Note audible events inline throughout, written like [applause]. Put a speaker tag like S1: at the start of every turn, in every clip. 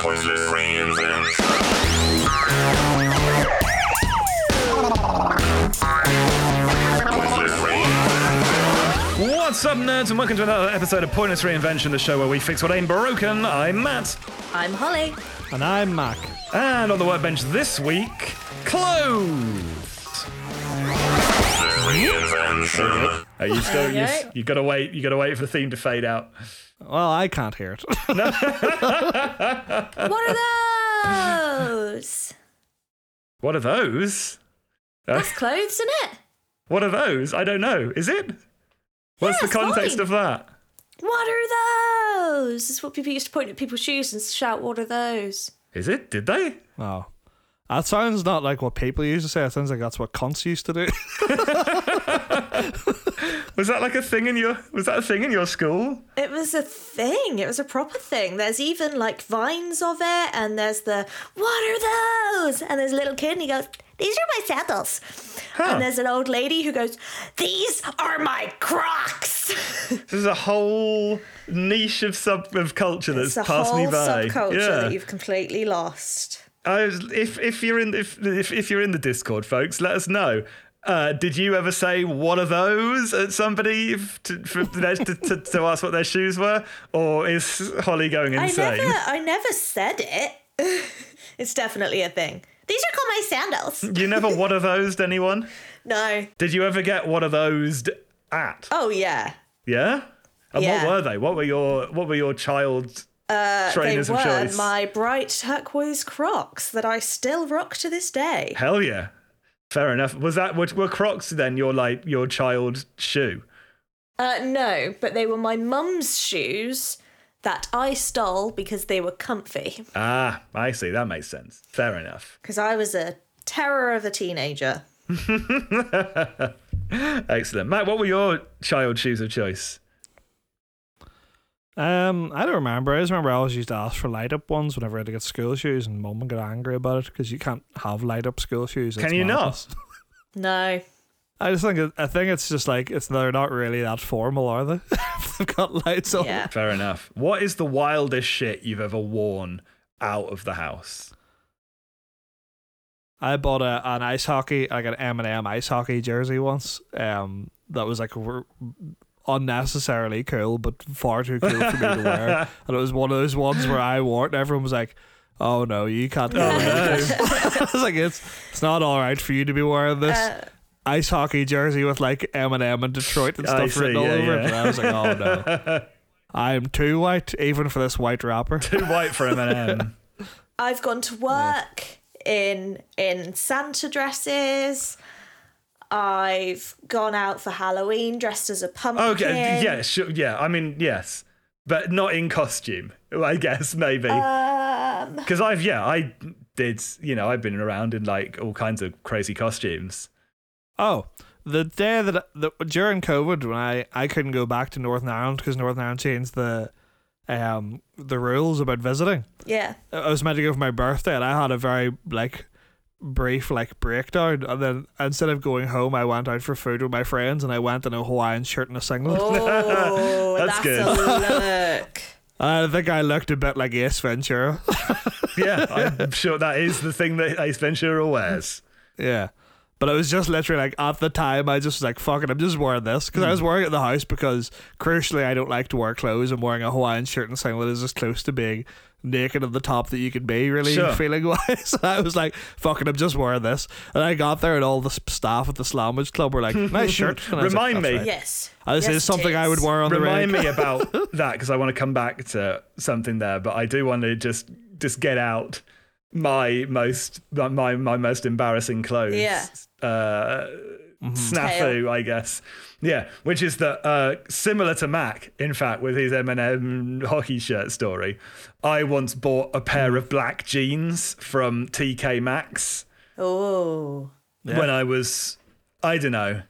S1: Pues les rinden. Pues les rinden.
S2: What's up, nerds, and welcome to another episode of Pointless Reinvention, the show where we fix what ain't broken. I'm Matt,
S3: I'm Holly.
S4: And I'm Mac.
S2: and on the workbench this week, clothes.
S1: Reinvention.
S2: Are you still? You,
S3: Alright.
S2: you gotta wait. You gotta wait for the theme to fade out.
S4: Well, I can't hear it. [laughs]
S3: What are [laughs] those?
S2: What are those? Uh,
S3: That's clothes, isn't it?
S2: [laughs] What are those? I don't know. Is it? What's
S3: Yeah,
S2: the
S3: it's
S2: context
S3: mine.
S2: of that?
S3: What are those? It's what people used to point at people's shoes and shout, What are those?
S2: Is it? Did they?
S4: oh. That sounds not like what people used to say. It sounds like that's what cons used to do. [laughs]
S2: Was that like a thing in your? Was that a thing in your school?
S3: It was a thing. It was a proper thing. There's even like vines of it, and there's the what are those? And there's a little kid, and he goes, "These are my sandals." And there's an old lady who goes, "These are my Crocs." [laughs]
S2: This is a whole niche of sub of culture that's
S3: it's a
S2: passed
S3: whole
S2: me by.
S3: subculture
S2: yeah.
S3: that you've completely lost.
S2: I was, if if you're in if, if if you're in the Discord, folks, let us know. Uh, did you ever say "What are those?" at somebody f- to, for, their- to, to, to ask what their shoes were, or is Holly going
S3: I
S2: insane?
S3: never, I never said it. [laughs] it's definitely a thing. These are called my sandals.
S2: You never "What are those?" anyone?
S3: No.
S2: Did you ever get "What are those?" at?
S3: Oh yeah.
S2: Yeah. And
S3: Yeah.
S2: what
S3: Uh,
S2: were they? What were your what were your child trainers
S3: they
S2: of
S3: were
S2: choice?
S3: my bright turquoise Crocs that I still rock to this day.
S2: Hell yeah. Fair enough. Was that were, were Crocs then your like your child shoe?
S3: Uh, no, but they were my mum's shoes that I stole because they were comfy.
S2: Ah, I see. That makes sense. Fair enough.
S3: Because I was a terror of a teenager.
S2: [laughs] Excellent. Matt, what were your child shoes of choice?
S4: Um, I don't remember. I just remember I always used to ask for light up ones whenever I had to get school shoes, and mum would get angry about it because you can't have light up school shoes.
S2: Can
S4: It's
S2: you not?
S4: madness. [laughs]
S3: No.
S4: I just think it- I think it's just like it's they're not really that formal, are they? [laughs] If They've got lights on.
S3: Yeah.
S2: Fair enough. What is the wildest shit you've ever worn out of the house?
S4: I bought a, an ice hockey, like an M and M ice hockey jersey once. Um, that was like r- unnecessarily cool, but far too cool for me to wear.
S2: [laughs]
S4: And it was one of those ones where I wore it, and everyone was like, "Oh no, you can't." Go wear this." [laughs] I was like, "It's it's not all right for you to be wearing this." Ice hockey jersey with like M and M and Detroit and
S2: I
S4: stuff
S2: see,
S4: written all
S2: yeah,
S4: over it,
S2: yeah.
S4: and I was like, "Oh no,
S2: [laughs]
S4: I'm too white even for this white wrapper."
S2: Too white for M&M.
S3: I've gone to work in in Santa dresses. I've gone out for Halloween dressed as a pumpkin.
S2: [laughs] okay, yeah, sure, yeah. I mean, yes, but not in costume. I guess maybe
S3: Um,
S2: because I've yeah, I did. You know, I've been around in like all kinds of crazy costumes.
S4: Oh, the day that the, during COVID when I, I couldn't go back to Northern Ireland because Northern Ireland changed the um the rules about visiting.
S3: yeah.
S4: I I was meant to go for my birthday and I had a very like brief like breakdown and then instead of going home I went out for food with my friends and I went in a Hawaiian shirt and a singlet. [laughs]
S3: Oh,
S2: That's [laughs]
S3: that's, a look.
S4: I think I looked a bit like Ace Ventura.
S2: Yeah, I'm sure that is the thing that Ace Ventura wears.
S4: Yeah. But I was just literally like, at the time, I just was like, fuck it, I'm just wearing this. Because
S2: Hmm.
S4: I was wearing it in the house because, crucially, I don't like to wear clothes. And wearing a Hawaiian shirt and singlet is as close to being naked at the top that you can be, really,
S2: Sure.
S4: feeling [laughs] wise. and I was like, fuck it, I'm just wearing this. And I got there, and all the s- staff at the Slammage Club were
S2: [laughs]
S4: like, nice shirt. And I was like,
S2: Remind
S4: "That's
S2: me.
S4: right."
S3: Yes.
S4: And this
S3: Yes,
S4: is something
S3: it
S4: I would
S3: is.
S4: wear on the
S2: Remind
S4: radio.
S2: me about that because I want to come back to something there, but I do want to just just get out my most my my, my most embarrassing clothes.
S3: Yeah.
S2: Uh,
S4: Mm-hmm.
S2: Snafu, I guess. Yeah, which is that uh, similar to Mac, in fact, with his M&M hockey shirt story. I once bought a pair of black jeans from TK Maxx
S3: Oh.
S2: when I was, I don't know,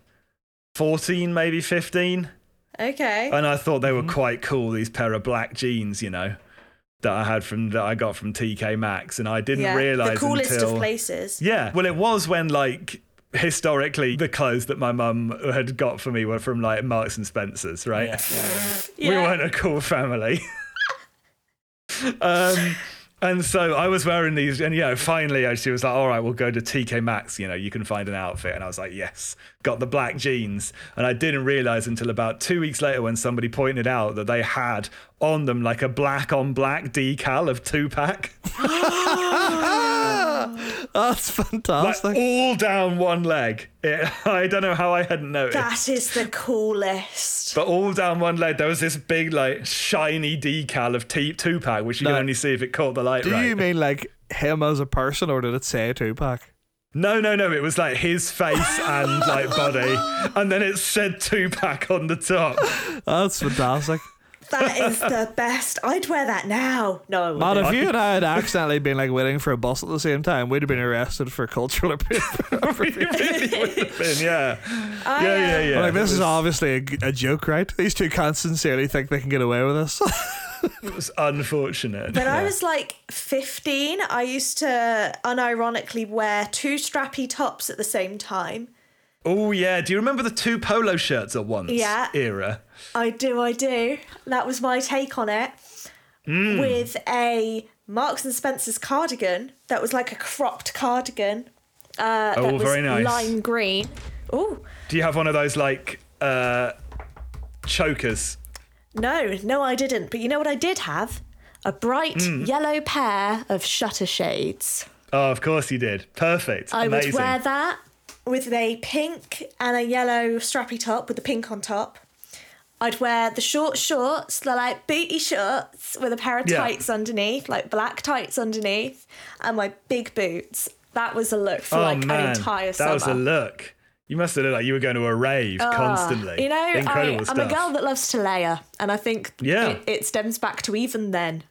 S2: fourteen, maybe fifteen.
S3: Okay.
S2: And I thought they were
S3: Mm-hmm.
S2: quite cool, these pair of black jeans, you know, that I had from that I got from TK Maxx. And I didn't
S3: yeah.
S2: realize
S3: the coolest
S2: until,
S3: of
S2: [laughs]
S3: places.
S2: Yeah. Well, it was when, like, historically, the clothes that my mum had got for me were from, like, Marks and Spencer's, right?
S3: Yeah.
S2: We weren't a cool family. [laughs] um, And so I was wearing these, and yeah, finally uh, she was like, "All right, we'll go to TK Maxx. You know, you can find an outfit." And I was like, "Yes." Got the black jeans, and I didn't realize until about two weeks later when somebody pointed out that they had on them like a black on black decal of Tupac,
S4: [laughs] That's
S2: like oh,
S4: fantastic.
S2: all down one leg. It, [laughs] I don't know how I hadn't noticed.
S3: That is the coolest.
S2: But all down one leg, there was this big, like, shiny decal of T- Tupac, which you
S4: No.
S2: can only see if it caught the light
S4: Do
S2: right.
S4: you mean like him as a person, or did it say Tupac?
S2: No, no, no. It was like his face and like body, and then it said Tupac on the top. [laughs]
S4: That's fantastic.
S3: That is the best. I'd wear that now. No, I
S4: Man,
S3: wouldn't.
S4: if you and I had accidentally been like waiting for a bus at the same time, we'd have been arrested for cultural [laughs] appropriation.
S2: And
S3: [laughs]
S2: yeah, yeah,
S3: um,
S2: yeah, [laughs] yeah.
S4: like this is obviously a, g- a joke, right? These two can't sincerely think they can get away with this. [laughs]
S2: It was unfortunate.
S3: When I was like 15, I used to unironically wear two strappy tops at the same time.
S2: oh yeah. Do you remember the two polo shirts at once?
S3: Yeah.
S2: Era.
S3: I do, I do. That was my take on it.
S2: Mm.
S3: With a Marks and Spencer's cardigan that was like a cropped cardigan. Uh,
S2: Oh,
S3: that was
S2: very nice.
S3: Lime green. Oh,
S2: Do you have one of those like uh, chokers?
S3: no, no, I didn't. But you know what I did have? A bright
S2: Mm.
S3: yellow pair of shutter shades.
S2: Oh, of course you did. Perfect.
S3: I
S2: Amazing.
S3: would wear that with a pink and a yellow strappy top with the pink on top. I'd wear the short shorts, the like booty shorts with a pair of
S2: Yeah.
S3: tights underneath, like black tights underneath, and my big boots. That was a look for
S2: oh
S3: like
S2: man,
S3: an entire
S2: that
S3: summer.
S2: was a look. You must have looked like you were going to a rave constantly.
S3: You know, I,
S2: incredible
S3: I'm
S2: stuff.
S3: a girl that loves to layer, and I think
S2: Yeah.
S3: it, it stems back to even then.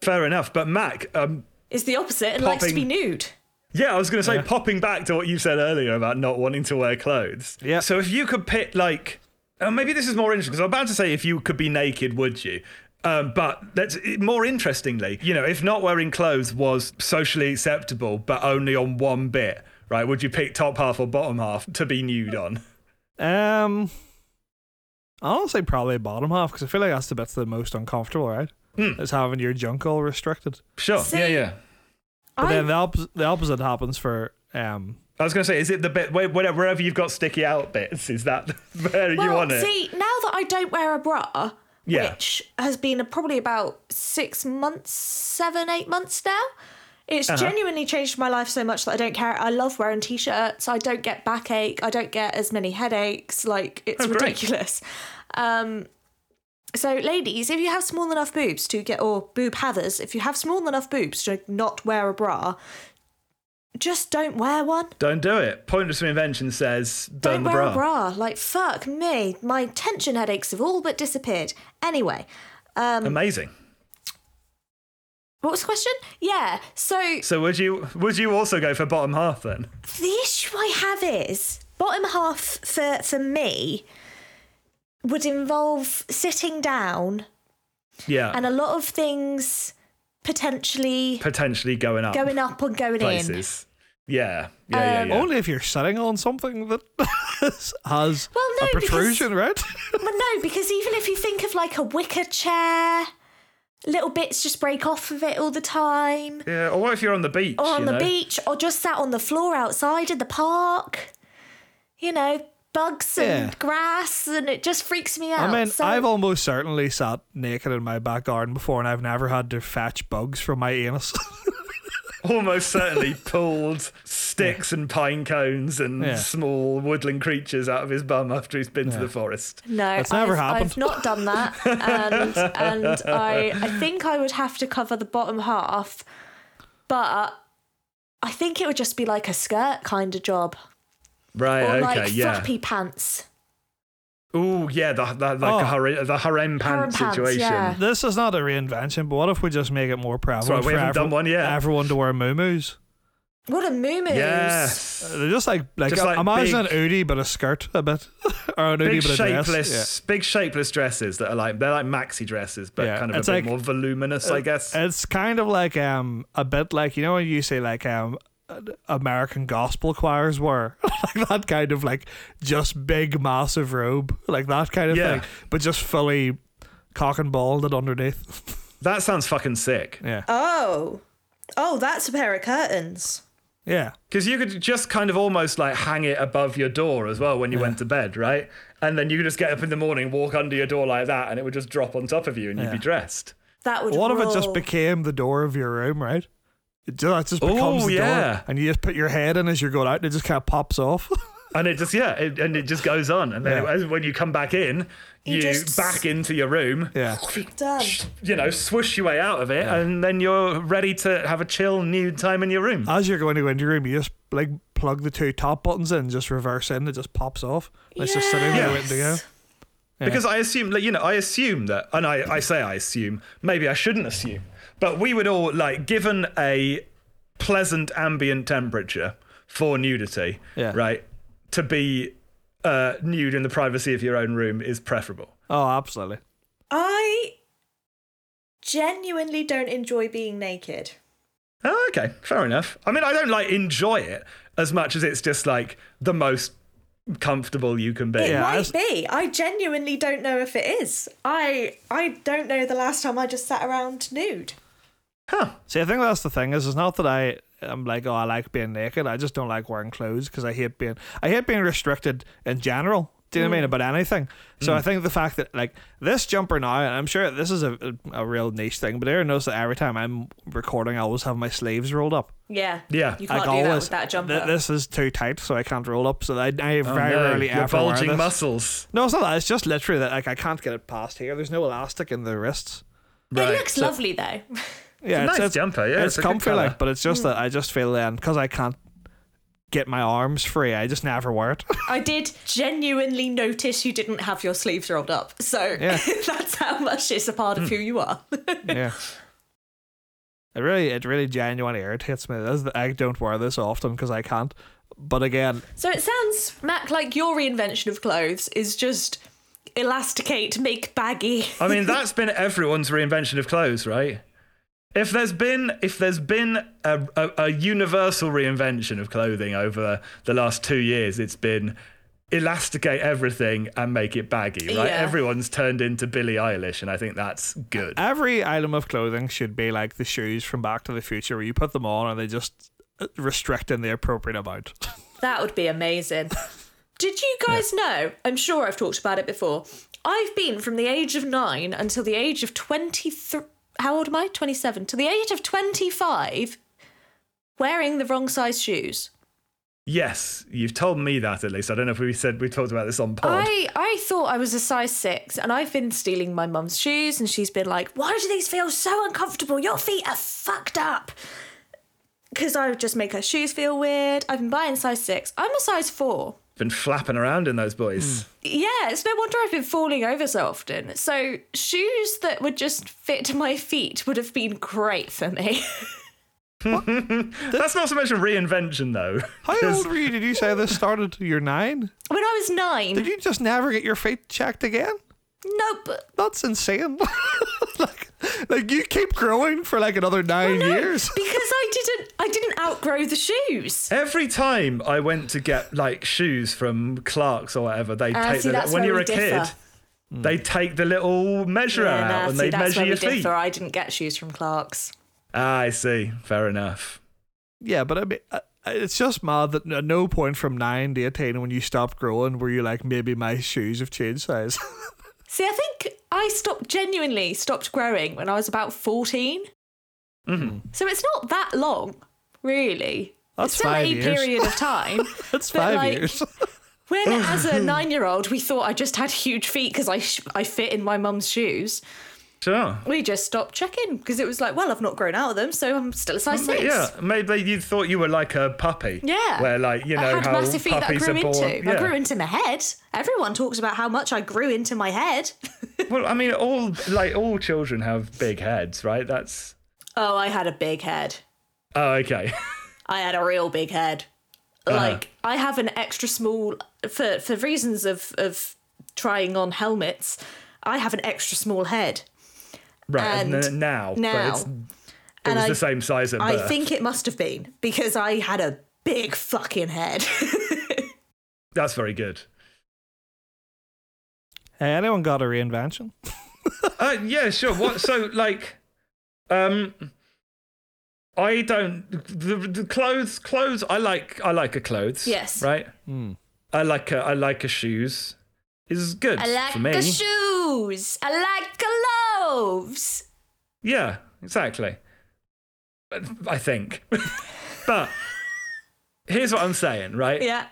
S2: Fair enough. But Mac, um,
S3: It's the opposite and likes to be
S2: Popping-
S3: nude.
S2: Yeah, I was going to say, popping back to what you said earlier about not wanting to wear clothes.
S4: Yeah.
S2: So if you could pick, like, uh, maybe this is more interesting because I'm about to say if you could be naked, would you? Um, but that's more interestingly, you know, if not wearing clothes was socially acceptable, but only on one bit, right? Would you pick top half or bottom half to be nude on?
S4: um, I'll say probably bottom half because I feel like that's the bit's the most uncomfortable, right?
S2: Hmm.
S4: Is having your junk all restricted.
S2: Sure.
S3: See,
S2: yeah, yeah.
S4: But
S3: I-
S4: then the opposite, the opposite happens for um.
S2: I was going to say, is it the bit where- where- wherever you've got sticky out bits? Is that [laughs] where you
S3: Well,
S2: want it?
S3: See, now that I don't wear a bra,
S2: Yeah.
S3: which has been probably about six months, seven, eight months now, it's
S2: Uh-huh.
S3: genuinely changed my life so much that I don't care. I love wearing t shirts. I don't get backache. I don't get as many headaches. Like, it's
S2: Oh, great.
S3: ridiculous. Um, so, ladies, if you have small enough boobs to get, or boob havers, if you have small enough boobs to not wear a bra, just don't wear one.
S2: Don't do it. Point of some invention says burn
S3: Don't
S2: the
S3: wear a bra. Like, fuck me. My tension headaches have all but disappeared. Anyway,
S2: Amazing.
S3: what was the question? Yeah. So,
S2: So would you would you also go for bottom half then?
S3: the issue I have is bottom half for, for me would involve sitting down
S2: Yeah.
S3: and a lot of things potentially
S2: potentially going up
S3: going up and going in.
S2: places. Yeah. Yeah,
S3: Um,
S2: yeah, yeah.
S4: Only if you're sitting on something that [laughs] has
S3: Well, no,
S4: a
S3: because-
S4: protrusion, right? [laughs]
S3: But no, because even if you think of like a wicker chair, little bits just break off of it all the time.
S2: yeah. Or what if you're on the beach?
S3: or on
S2: you
S3: the
S2: know?
S3: beach or just sat on the floor outside in the park you know bugs and
S4: Yeah.
S3: grass and it just freaks me out
S4: I mean,
S3: so
S4: I've almost certainly sat naked in my back garden before, and I've never had to fetch bugs from my anus. [laughs]
S2: Almost
S3: [laughs]
S2: certainly pulled sticks and pine cones and
S4: Yeah.
S2: small woodland creatures out of his bum after he's been to the forest.
S3: no
S4: That's never
S3: I've,
S4: happened.
S3: I've not done that
S4: [laughs]
S3: and and I I think I would have to cover the bottom half but I think it would just be like a skirt kind of job
S2: Right.
S3: or
S2: okay.
S3: like
S2: yeah.
S3: flappy pants
S2: Oh yeah. The, the like
S4: Oh.
S2: a har- the harem pants
S3: pants,
S2: situation.
S3: yeah.
S4: this is not a reinvention, but what if we just make it more prevalent
S2: right, we
S4: for
S2: haven't done
S4: every-
S2: one yet.
S4: everyone to wear muumuus?
S3: what a moo
S2: Yes.
S4: They're just like like,
S2: Just like
S4: imagine
S2: big-
S4: an oodie but a skirt a bit, [laughs] or an oodie
S2: Big
S4: but a
S2: shapeless,
S4: dress.
S2: big shapeless dresses that are like they're like maxi dresses, but
S4: Yeah,
S2: kind of a
S4: it's
S2: bit
S4: like-
S2: more voluminous, I guess.
S4: Yeah. It's kind of like um a bit like you know when you say like um American gospel choirs were [laughs] like that kind of like just big massive robe like that kind of
S2: Yeah.
S4: thing, but just fully cock and balled and underneath.
S2: That sounds fucking sick.
S4: Yeah.
S3: Oh. Oh, that's a pair of curtains.
S4: yeah.
S2: Because you could just kind of almost like hang it above your door as well when you went to bed, right? And then you could just get up in the morning, walk under your door like that, and it would just drop on top of you and you'd be dressed.
S3: That would
S4: What if it just
S3: rule.
S4: became the door of your room, right? It ju- That just becomes
S2: Ooh,
S4: the
S2: yeah.
S4: door, and you just put your head in as you're going out, and it just kind of pops off. [laughs]
S2: And it just, yeah, it, and it just goes on. And then
S4: Yeah.
S2: as- when you come back in,
S3: You
S2: you,
S3: just-
S2: back into your room,
S4: yeah,
S3: done.
S2: you know, swoosh your way out of it, and then you're ready to have a chill, nude time in your room.
S4: as you're going to go into your room, you just like plug the two top buttons in, just reverse in, it just pops off. And It's just sitting there waiting to go.
S3: Yes.
S2: Because I assume, like, you know, I assume that, and I, I say I assume, maybe I shouldn't assume, but we would all, like, given a pleasant ambient temperature for nudity,
S4: Yeah.
S2: right, to be uh, nude in the privacy of your own room is preferable.
S4: Oh, absolutely.
S3: I genuinely don't enjoy being naked.
S2: Oh, okay, fair enough. I mean, I don't, like, enjoy it as much as it's just, like, the most comfortable you can be.
S3: It
S4: Yeah, I
S3: might
S4: was-
S3: be. I genuinely don't know if it is. I I don't know the last time I just sat around nude.
S4: See, I think that's the thing is, it's not that I am like, oh, I like being naked. I just don't like wearing clothes because I hate being, I hate being restricted in general. Do you know what I
S3: Mm.
S4: mean about anything? So I think the fact that like this jumper now, and I'm sure this is a, a real niche thing, but everyone knows that every time I'm recording, I always have my sleeves rolled up.
S3: Yeah.
S2: Yeah.
S3: You can't
S4: like
S3: do
S4: always,
S3: that with that jumper.
S4: Th- this is too tight, so I can't roll up. So I, I very
S2: Oh, no,
S4: rarely
S2: your
S4: ever wear
S2: bulging
S4: this.
S2: muscles.
S4: No, it's not that. It's just literally that like I can't get it past here. There's no elastic in the wrists.
S2: Right.
S3: it looks lovely though.
S4: Yeah,
S2: nice jumper, yeah,
S4: it's,
S2: it's a good
S4: comfy
S2: colour.
S4: like, but it's just that I just feel then because I can't get my arms free, I just never
S2: [laughs]
S4: wear it.
S3: I did genuinely notice you didn't have your sleeves rolled up. So
S4: Yeah.
S3: [laughs] that's how much it's a part of who you are. [laughs]
S4: yeah, it really, it really genuinely irritates me. That's the- I don't wear this often because I can't. But again,
S3: So it sounds, Mac, like your reinvention of clothes is just elasticate, make baggy.
S2: I mean, that's been everyone's reinvention of clothes, right? If there's been if there's been a, a, a universal reinvention of clothing over the last two years, it's been elasticate everything and make it baggy, right?
S3: Yeah.
S2: Everyone's turned into Billie Eilish, and I think that's good.
S4: every item of clothing should be like the shoes from Back to the Future, where you put them on and they just uh, restrict in the
S2: [laughs]
S4: appropriate amount.
S3: That would be amazing. Did you guys know? I'm sure I've talked about it before. I've been from the age of nine until the age of 23. How old am I? 27. To the age of 25, wearing the wrong size shoes.
S2: Yes, you've told me that at least. I don't know if we said we talked about this on pod.
S3: I, I thought I was a size six, and I've been stealing my mum's shoes, and she's been like, Why do these feel so uncomfortable? Your feet are fucked up. Because I would just make her shoes feel weird. I've been buying size six. I'm a size four.
S2: Been flapping around in those boys.
S3: Yeah, it's no wonder I've been falling over so often. So, shoes that would just fit my feet would have been great for me. [laughs]
S2: That's not so much a reinvention though. [laughs]
S4: How
S2: 'cause-
S4: old were you? Did you say this started? You're nine.
S3: when I was nine,
S4: Did you just never get your feet checked again?
S3: nope.
S4: That's insane. [laughs] like, like you keep growing for like another nine
S3: No,
S4: years.
S3: [laughs] because I didn't I didn't outgrow the shoes.
S2: Every time I went to get like shoes from Clark's or whatever, they
S3: Ah,
S2: take
S3: see,
S2: the
S3: that's
S2: when
S3: where
S2: you're
S3: we
S2: a kid,
S3: differ.
S2: they take the little measurer
S3: Yeah, nah,
S2: out and
S3: see,
S2: they
S3: that's
S2: measure
S3: where
S2: your
S3: we
S2: feet.
S3: differ. I didn't get shoes from Clark's.
S2: Ah, I see. Fair enough.
S4: Yeah, but I mean, uh, it's just mad that at no point from nine to eighteen, when you stopped growing, were you like, maybe my shoes have changed size? [laughs]
S3: See, I think I stopped genuinely stopped growing when I was about 14. So it's not that long, really.
S4: Mm-hmm. That's
S3: it's still
S4: five
S3: a
S4: years.
S3: period
S4: [laughs]
S3: of time.
S4: That's
S3: But,
S4: five
S3: like,
S4: years.
S3: When, as a nine-year-old, we thought I just had huge feet because I sh- I fit in my mum's shoes.
S2: Sure.
S3: We just stopped checking because it was like, well, I've not grown out of them, so I'm still a size six.
S2: Mm, Yeah, maybe you thought you were like a puppy.
S3: Yeah.
S2: Where like you know
S3: I had
S2: how
S3: massive feet that I
S2: puppies
S3: grew
S2: are born.
S3: into. I
S2: Yeah.
S3: grew into my head. Everyone talks about how much I grew into my head.
S2: well, I mean, all like all children have big heads, right? That's
S3: oh, I had a big head.
S2: oh, okay. [laughs]
S3: I had a real big head.
S2: Uh-huh.
S3: Like I have an extra small for for reasons of of trying on helmets. I have an extra small head,
S2: right. And,
S3: And
S2: then now, but
S3: now.
S2: it's, it
S3: and
S2: was
S3: I
S2: the same size at
S3: I
S2: birth.
S3: think it must have been because I had a big fucking [laughs] head.
S2: That's very good.
S4: [laughs] Hey, anyone got a reinvention?
S2: Uh, yeah, sure. What? So, like, Um, I don't the, the clothes. Clothes. I like. I like a clothes.
S3: Yes.
S2: Right.
S4: Hmm.
S2: I like. A, I like a shoes. Is good
S3: I like
S2: for me.
S3: the shoes. I like gloves.
S2: Yeah, exactly. But- I think. [laughs] but here's what I'm saying, right?
S3: Yeah.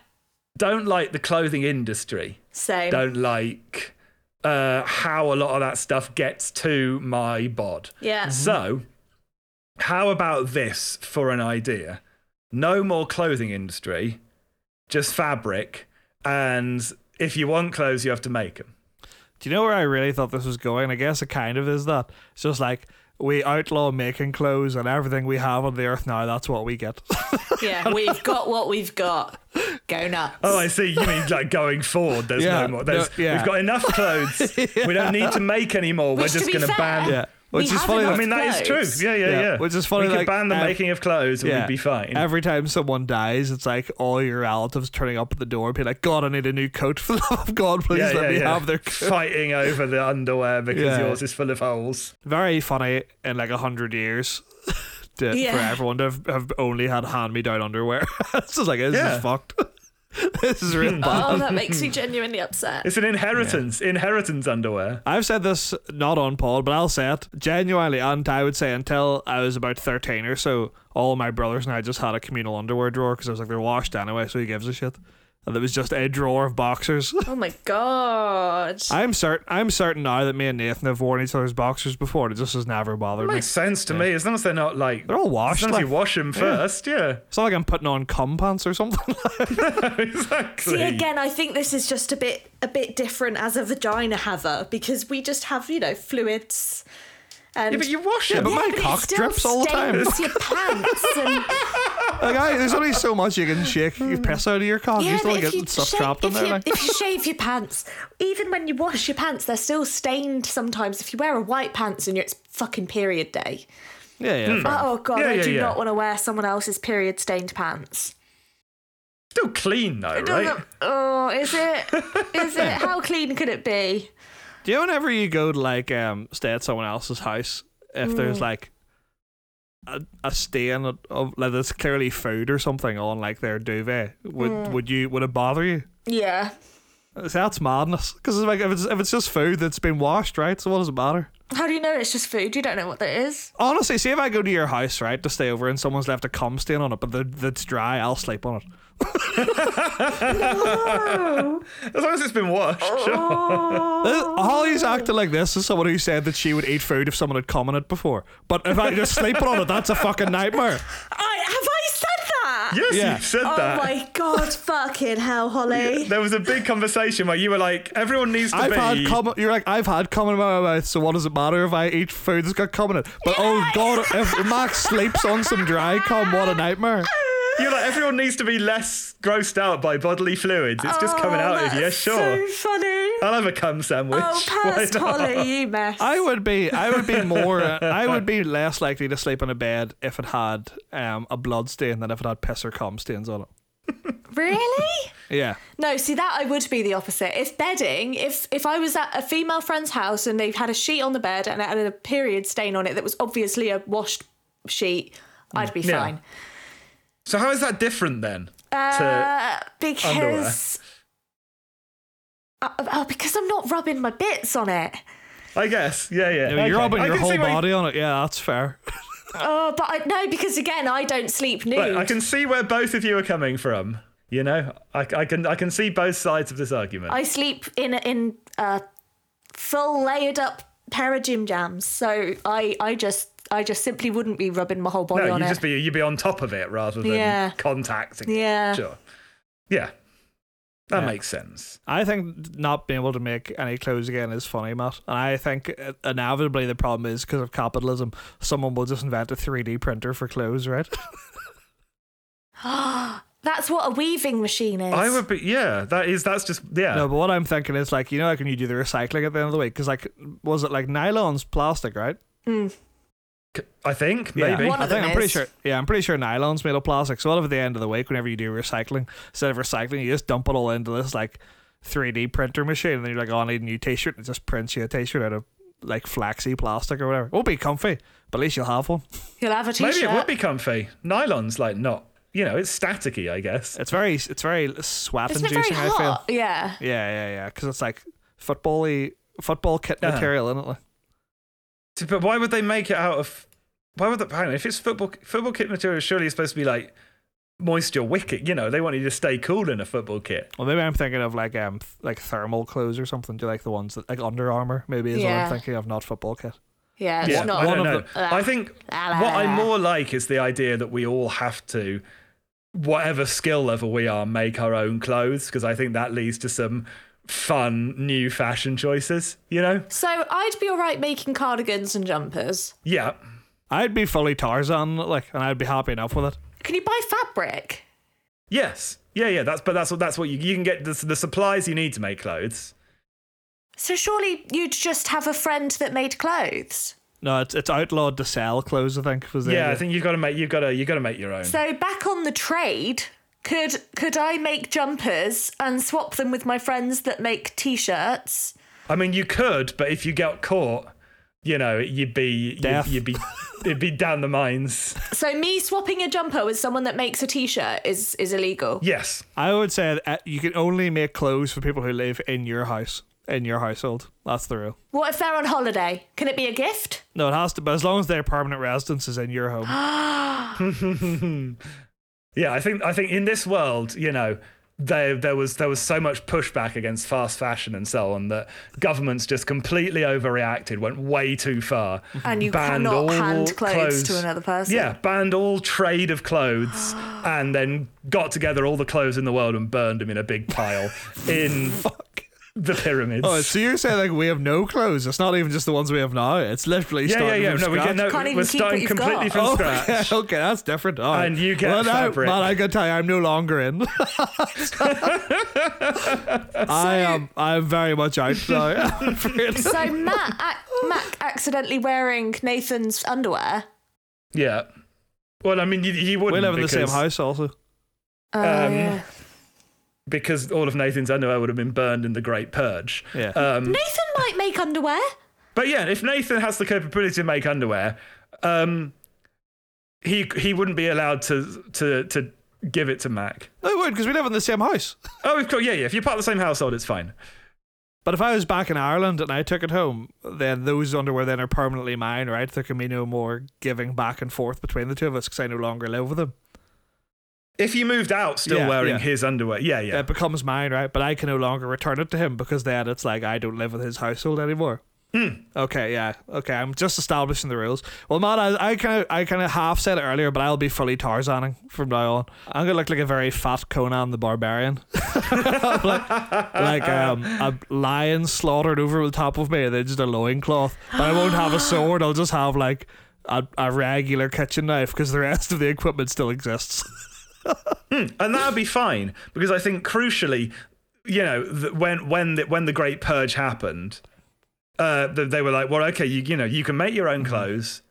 S2: Don't like the clothing industry.
S3: Same.
S2: Don't like uh, how a lot of that stuff gets to my bod. [laughs]
S3: Yeah.
S2: So, how about this for an idea? No more clothing industry, just fabric. And if you want clothes, you have to make them.
S4: Do you know where I really thought this was going? I guess it kind of is that. It's just like we outlaw making clothes and everything we have on the earth now, that's what we get. [laughs]
S3: Yeah. We've got what we've got. Go nuts.
S2: Oh, I see. You mean like going forward? There's
S4: Yeah,
S2: no more. There's,
S4: no, yeah.
S2: We've got enough
S4: [laughs]
S2: clothes. We don't need to make any more. We're
S3: Which, to
S2: just
S3: be
S2: going to
S3: fair-
S2: ban.
S4: yeah.
S3: We
S4: Which is
S3: have
S4: funny.
S2: I
S3: enough
S4: that-
S2: mean, that is
S3: Clothes.
S2: true. Yeah, yeah,
S4: Yeah,
S2: yeah.
S4: which is funny,
S2: We could
S4: like,
S2: ban the
S4: um,
S2: making of clothes and
S4: yeah.
S2: we'd be fine.
S4: Every time someone dies, it's like all your relatives turning up at the door, being like, "God, I need a new coat for the love of [laughs] God, please
S2: yeah,
S4: let
S2: yeah,
S4: me
S2: yeah.
S4: have their coat."
S2: [laughs] fighting over the underwear because
S4: Yeah.
S2: yours is full of holes.
S4: very funny in like a hundred years [laughs] to,
S3: Yeah.
S4: for everyone to have, have only had hand me down underwear. [laughs] it's just like this
S2: Yeah. Hmm.
S4: is fucked. [laughs] this is real bad.
S2: [laughs]
S3: Oh, that makes me genuinely upset.
S2: It's an inheritance. Inheritance underwear.
S4: I've said this not on Paul, but I'll say it genuinely, and I would say until I was about thirteen or so, all my brothers and I just had a communal underwear drawer because I was like they're washed anyway, so who gives a shit. And it was just a drawer of boxers.
S3: Oh my god.
S4: I'm certain. I'm certain now that me and Nathan have worn each other's boxers before. and It just has never bothered me.
S2: Makes sense to me as long as they're not like.
S4: They're all washed.
S2: As long as
S4: like-
S2: you wash them first. Yeah. [laughs]
S4: It's not like I'm putting on cum pants or something. [laughs]
S2: exactly.
S3: See again, I think this is just a bit a bit different as a vagina haver because we just have you know fluids. And
S2: Yeah, but you wash
S4: Yeah,
S2: them.
S4: but my
S3: but it
S4: cock
S3: still
S4: drips all the time.
S3: stains your
S4: [laughs]
S3: pants and
S4: like, I, there's only so much you can shake your piss out of your cock.
S3: yeah,
S4: Oh, you
S3: but
S4: still
S3: if you,
S4: get stuff
S3: shave,
S4: trapped in
S3: if,
S4: there.
S3: you,
S4: like.
S3: if you shave your pants, even when you wash your pants, they're still stained sometimes. If you wear a white pants and you're, it's fucking period day.
S4: yeah, yeah. fair.
S3: Oh god,
S2: Yeah,
S3: I
S2: yeah,
S3: do
S2: yeah.
S3: not want to wear someone else's period stained pants.
S2: Still clean though, right?
S3: Doesn't- Oh, is it?
S4: [laughs]
S3: Is it? How clean could it be?
S4: Do you know whenever you go to like um, stay at someone else's house, if
S3: Hmm.
S4: there's like a, a stain of- of like that's clearly food or something on like their duvet, would
S3: Hmm.
S4: would you would it bother you?
S3: Yeah.
S4: See, that's madness. Because it's like if it's if it's just food that's been washed, right? So what does it matter?
S3: How do you know it's just food? You don't know what that is.
S4: Honestly, see if I go to your house, right, to stay over, and someone's left a cum stain on it, but the- that's dry, I'll sleep on it.
S2: As long as it's been washed.
S3: Oh.
S2: Sure.
S4: This- Uh, Holly's acting like this is someone who said that she would eat food if someone had commented before. But if I just sleep on it, that's a fucking nightmare.
S3: I have I said that?
S2: Yes,
S4: Yeah.
S2: you said
S3: Oh
S2: that.
S3: my
S4: [laughs]
S3: god, fucking hell,
S2: [laughs]
S3: Holly.
S2: There was a big conversation where you were like, everyone needs to
S4: I've
S2: be.
S4: had cum. You're like I've had cum in my mouth, so what does it matter if I eat food that's got cum in it? But oh god, if Max sleeps on some dry cum, what a nightmare!
S2: you're like, everyone needs to be less grossed out by bodily fluids. It's just coming
S3: Oh,
S2: out of you. Yeah,
S3: that's
S2: sure.
S3: So funny.
S2: I'll have a cum sandwich.
S3: oh,
S2: [laughs] Why
S3: past
S2: not?
S3: Holly, you mess.
S4: I would be, I would be more, I would be less likely to sleep in a bed if it had um, a blood stain than if it had piss or cum stains on it.
S3: really?
S4: Yeah.
S3: No, see that I would be the opposite. If bedding, if if I was at a female friend's house and they had a sheet on the bed and it had a period stain on it that was obviously a washed sheet, I'd be
S2: Mm, Yeah.
S3: fine.
S2: So, how is that different then?
S3: Uh, because uh, oh, because I'm not rubbing my bits on it.
S2: I guess. Yeah, yeah.
S4: I mean, You're
S2: Okay.
S4: rubbing
S2: I
S4: your
S2: can see
S4: whole
S2: why-
S4: body on it. Yeah, that's fair.
S3: Oh, but I, no, because again, I don't sleep nude.
S2: Look, Uh. I can see where both of you are coming from. You know, I, I can I can see both sides of this argument.
S3: I sleep in in uh, full layered up pair of gym jams, so I I just I just simply wouldn't be rubbing my whole body
S2: no,
S3: on
S2: you
S3: it.
S2: just be you'd be on top of it rather than
S3: Yeah.
S2: contacting. it.
S3: Yeah.
S2: Sure. Yeah. That
S4: Yeah.
S2: makes sense.
S4: I think not being able to make any clothes again is funny, Matt. And I think uh, inevitably the problem is because of capitalism, someone will just invent a 3D printer for clothes, [laughs] right?
S3: That's what a weaving machine is.
S2: I would be yeah, that is that's just yeah.
S4: No, but what I'm thinking is like, you know, like when you do the recycling at the end of the week, because like, was it like nylon's plastic, right?
S3: Hmm,
S2: C- I think maybe.
S3: One
S4: I
S3: of
S4: think
S3: them
S4: I'm pretty
S3: is.
S4: sure. Yeah, I'm pretty sure nylon's made of plastic. So what if at the end of the week, whenever you do recycling, instead of recycling, you just dump it all into this like 3D printer machine, and then you're like, oh, I need a new T-shirt, and it just prints you a T-shirt out of like flaxy plastic or whatever. It won't be comfy, But at least you'll have one.
S3: You'll have a t-shirt.
S2: Maybe it would be comfy. Nylon's like not, you know, it's staticky, I guess.
S4: It's very it's very sweat
S3: It's been very
S4: inducing. I feel.
S3: hot. Yeah.
S4: Yeah, yeah, yeah. Because it's like footbally football kit
S2: Uh-huh.
S4: material, isn't it? Like,
S2: But why would they make it out of? Why would they? Hang on, if it's football football kit material, surely it's supposed to be like moisture wicking. You know, they want you to stay cool in a football kit.
S4: Well, maybe I'm thinking of like um th- like thermal clothes or something. Do you like the ones that like Under Armour? Maybe is
S3: Yeah.
S4: what I'm thinking of, not football kit.
S3: Yeah. It's
S2: Yeah,
S3: not
S2: I don't
S4: one
S2: know.
S4: of
S2: I think what I more like is the idea that we all have to, whatever skill level we are, make our own clothes because I think that leads to some fun new fashion choices. You know?
S3: So I'd be all right making cardigans and jumpers.
S2: Yeah.
S4: I'd be fully Tarzan, like, and I'd be happy enough with it.
S3: Can you buy fabric?
S2: Yes. Yeah. Yeah. That's but that's what that's what you you can get the, the supplies you need to make clothes.
S3: So surely you'd just have a friend that made clothes.
S4: No, it's it's outlawed to sell clothes. I think was the
S2: Yeah, I
S4: idea.
S2: think you've got to make you've got to you've got to make your own.
S3: So back on the trade, could could I make jumpers and swap them with my friends that make t-shirts?
S2: I mean, you could, but if you got caught, you know, you'd be you'd,
S4: Death.
S2: you'd be it'd be down the mines.
S3: So me swapping a jumper with someone that makes a t-shirt is is illegal.
S2: Yes,
S4: I would say that uh, you can only make clothes for people who live in your house, in your household. That's the rule.
S3: What if they're on holiday? Can it be a gift?
S4: No, it has to, but as long as their permanent residence is in your
S2: Oh,
S4: home.
S2: yeah. I think I think in this world, you know, there there was there was so much pushback against fast fashion and so on that governments just completely overreacted, went way too far,
S3: Mm-hmm. And you cannot hand clothes to another person.
S2: Yeah, banned all trade of
S3: [gasps]
S2: clothes, and then got together all the clothes in the world and burned them in a big
S3: [laughs]
S2: pile in
S4: Fuck.
S2: the pyramids.
S4: Oh, so you're saying like we have no clothes? It's not even just the ones we have now. It's literally
S2: yeah, yeah,
S4: starting
S2: yeah.
S4: from
S2: No, we
S4: scratch.
S2: get no.
S3: Can't even
S2: we're
S3: keep what
S2: starting
S3: you've
S2: completely
S3: got.
S2: from
S4: Oh, [laughs]
S2: scratch.
S4: yeah, okay, that's different. All right.
S2: And you get
S4: well, now,
S2: fabric.
S4: man, I gotta tell you, I'm no
S2: [laughs]
S4: longer in. [laughs] I am. I'm very much out now. [laughs] I'm
S3: [laughs]
S4: afraid.
S3: So Matt, ac- Mac accidentally wearing Nathan's underwear.
S2: Yeah. Well, I mean, you, you wouldn't
S4: we live in the
S2: because,
S4: same house, also.
S3: Oh,
S2: Um,
S3: yeah.
S2: because all of Nathan's underwear would have been burned in the Great Purge.
S4: Yeah.
S2: Um,
S3: Nathan might make underwear.
S2: but yeah, if Nathan has the capability to make underwear, um, he he wouldn't be allowed to to to give it to Mac.
S4: No, we would because we live in the same house.
S2: Oh, of course, yeah, yeah. If you're part of the same household, it's fine.
S4: But if I was back in Ireland and I took it home, then those underwear then are permanently mine, right? There can be no more giving back and forth between the two of us because I no longer live with them.
S2: If you moved out, still
S4: Yeah,
S2: wearing
S4: yeah.
S2: his underwear, yeah, yeah,
S4: It becomes mine, right? But I can no longer return it to him because then it's like I don't live with his household anymore. Okay, yeah, okay. I'm just establishing the rules. Well, man, I kind of, I kind of half said it earlier, but I'll be fully Tarzaning from now on. I'm gonna look like a very fat Conan the Barbarian, [laughs] like, [laughs] like um, a lion slaughtered over the top of me, and then just a loincloth. But I won't [gasps] have a sword. I'll just have like a, a regular kitchen knife because the rest of the equipment still exists.
S2: and that would be fine because I think crucially, you know, th- when when the, when the Great Purge happened, uh, th- they were like, well, okay, you you know, you can make your own clothes,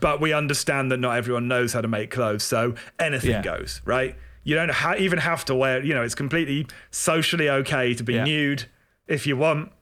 S2: but we understand that not everyone knows how to make clothes, so anything
S4: Yeah.
S2: goes, right? You don't ha- even have to wear, you know, it's completely socially okay to be
S4: Yeah.
S2: nude if you want,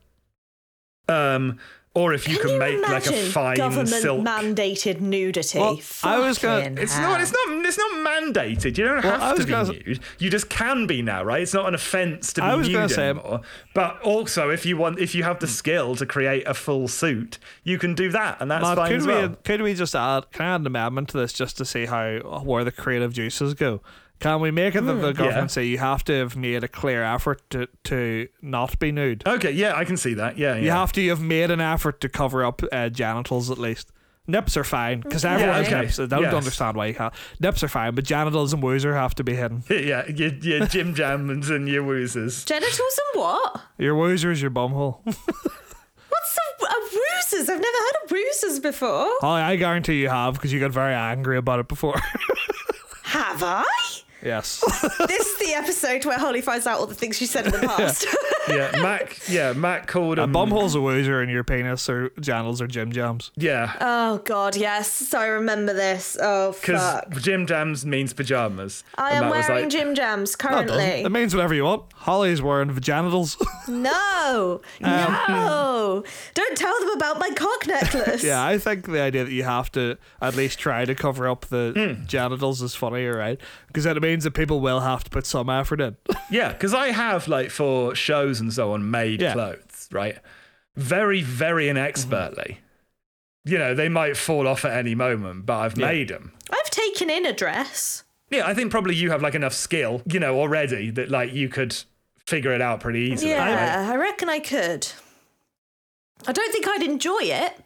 S2: um, or if you can,
S3: Can you
S2: make like a
S3: imagine
S2: fine
S3: government
S2: silk.
S3: mandated nudity?
S4: Well, I was gonna-
S3: Fucking
S2: It's not. It's
S3: hell.
S2: not. It's not mandated. You don't
S4: Well, I
S2: have to
S4: was
S2: be
S4: gonna-
S2: nude. You just can be now, right? It's not an offence to be
S4: I was gonna
S2: nude
S4: say- um, Hmm.
S2: anymore. But also, if you want, if you have the skill to create a full suit, you can do that, and that's
S4: Matt,
S2: fine
S4: could
S2: as
S4: we
S2: well.
S4: could we just add can I add an amendment to this just to see how where the creative juices go? Can we make it that
S2: Hmm,
S4: the government say you have to have made a clear effort to, to not be nude?
S2: Okay, yeah, I can see that. Yeah, yeah.
S4: You have to have made an effort to cover up uh, genitals at least. Nips are fine because everyone's
S2: okay.
S4: nips. I don't
S2: Yes.
S4: understand why you can't. Nips are fine, but genitals and woozer have to be hidden.
S2: [laughs] yeah, your, your
S4: [laughs]
S2: Jim Jams and your woozers.
S3: genitals and what?
S4: Your woozer is your bumhole. [laughs]
S3: What's a, a bruises? uh, I've never heard of bruises before.
S4: Holly, Oh, I guarantee you have because you got very angry about it before. [laughs]
S3: Have I?
S4: yes.
S2: [laughs]
S3: this is the episode where Holly finds out all the things she said in the past. [laughs]
S2: yeah, Mac. Yeah, Mac called
S4: A
S2: him.
S4: bum hole's a woozer and your penis or channels or jim jams.
S2: Yeah,
S3: Oh God, yes. So I remember this. Oh
S2: because
S3: fuck.
S2: Jim Jams means pajamas.
S3: I
S2: and
S3: am
S2: that was
S3: wearing
S2: like-
S3: Jim Jams
S4: That doesn't.
S3: currently.
S4: It means whatever you want. Holly's wearing vaginitals.
S3: No,
S2: Um, hmm.
S3: no! Don't tell them about my
S2: [laughs]
S3: cock necklace.
S4: [laughs] yeah, I think the idea that you have to at least try to cover up the
S2: Hmm.
S4: genitals is funny, right? Because that means that people will have to put some effort in. [laughs]
S2: Yeah, because I have like for shows and so on made
S4: Yeah.
S2: clothes, right? Very, very inexpertly. You know, they might fall off at any moment, but I've 'em. made them.
S3: I've taken in a dress.
S2: Yeah, I think probably you have like enough skill, you know, already that like you could figure it out pretty easily. right?
S3: Yeah, I reckon I could. I don't think I'd enjoy it.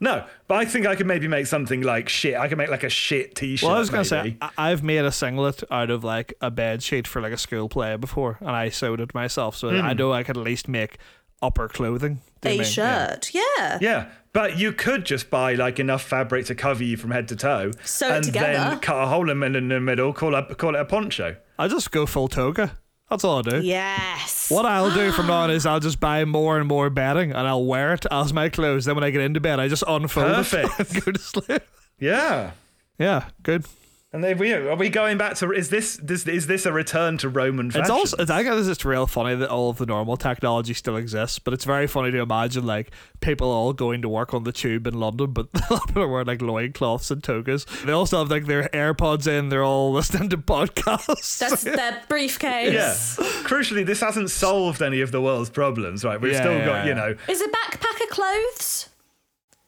S2: No, but I think I could maybe make something like shit. I could make like a shit t-shirt.
S4: Well, I was
S2: going
S4: gonna
S2: to
S4: say I- I've made a singlet out of like a bed sheet for like a school play before, and I sewed it myself, so
S2: Hmm.
S4: I know I could at least make upper clothing. Do you
S3: A
S4: mean? Yeah.
S3: shirt, yeah.
S2: Yeah, but you could just buy like enough fabric to cover you from head to toe,
S3: Sew it
S2: and
S3: together.
S2: then cut a hole in, in the middle, call up, call it a poncho.
S4: I just go full toga. That's all I do.
S3: Yes.
S4: What I'll do from now on is I'll just buy more and more bedding and I'll wear it as my clothes. Then when I get into bed, I just unfold it [laughs]
S2: Perfect.
S4: and go to sleep.
S2: Yeah.
S4: Yeah, good.
S2: And they, we, are we going back to is this, this is this a return to Roman fashion?
S4: It's also it's, I think it's just real funny that all of the normal technology still exists, but it's very funny to imagine like people all going to work on the tube in London, but [laughs] people are wearing like loincloths and togas. They also have like their AirPods in. They're all [laughs] listening to podcasts.
S2: [laughs]
S3: That's their briefcase.
S2: yeah. Crucially, this hasn't solved any of the world's problems, right? We've
S4: Yeah,
S2: still
S4: yeah,
S2: got you
S4: yeah.
S2: know.
S3: Is a backpacker clothes?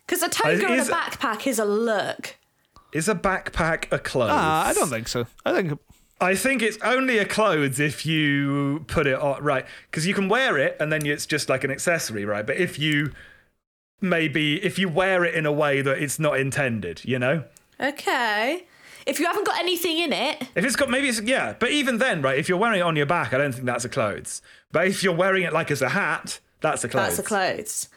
S3: Because a toga and
S2: is-
S3: a backpack is a look.
S2: Is a backpack a clothes?
S4: [laughs] Ah, I don't think so. I think
S2: I think it's only a clothes if you put it on right because you can wear it and then it's just like an accessory, right? But if you maybe if you wear it in a way that it's not intended, you know,
S3: Okay. If you haven't got anything in it,
S2: if it's got maybe it's yeah, but even then, right? If you're wearing it on your back, I don't think that's a clothes. But if you're wearing it like as a hat, that's a clothes.
S3: that's a clothes.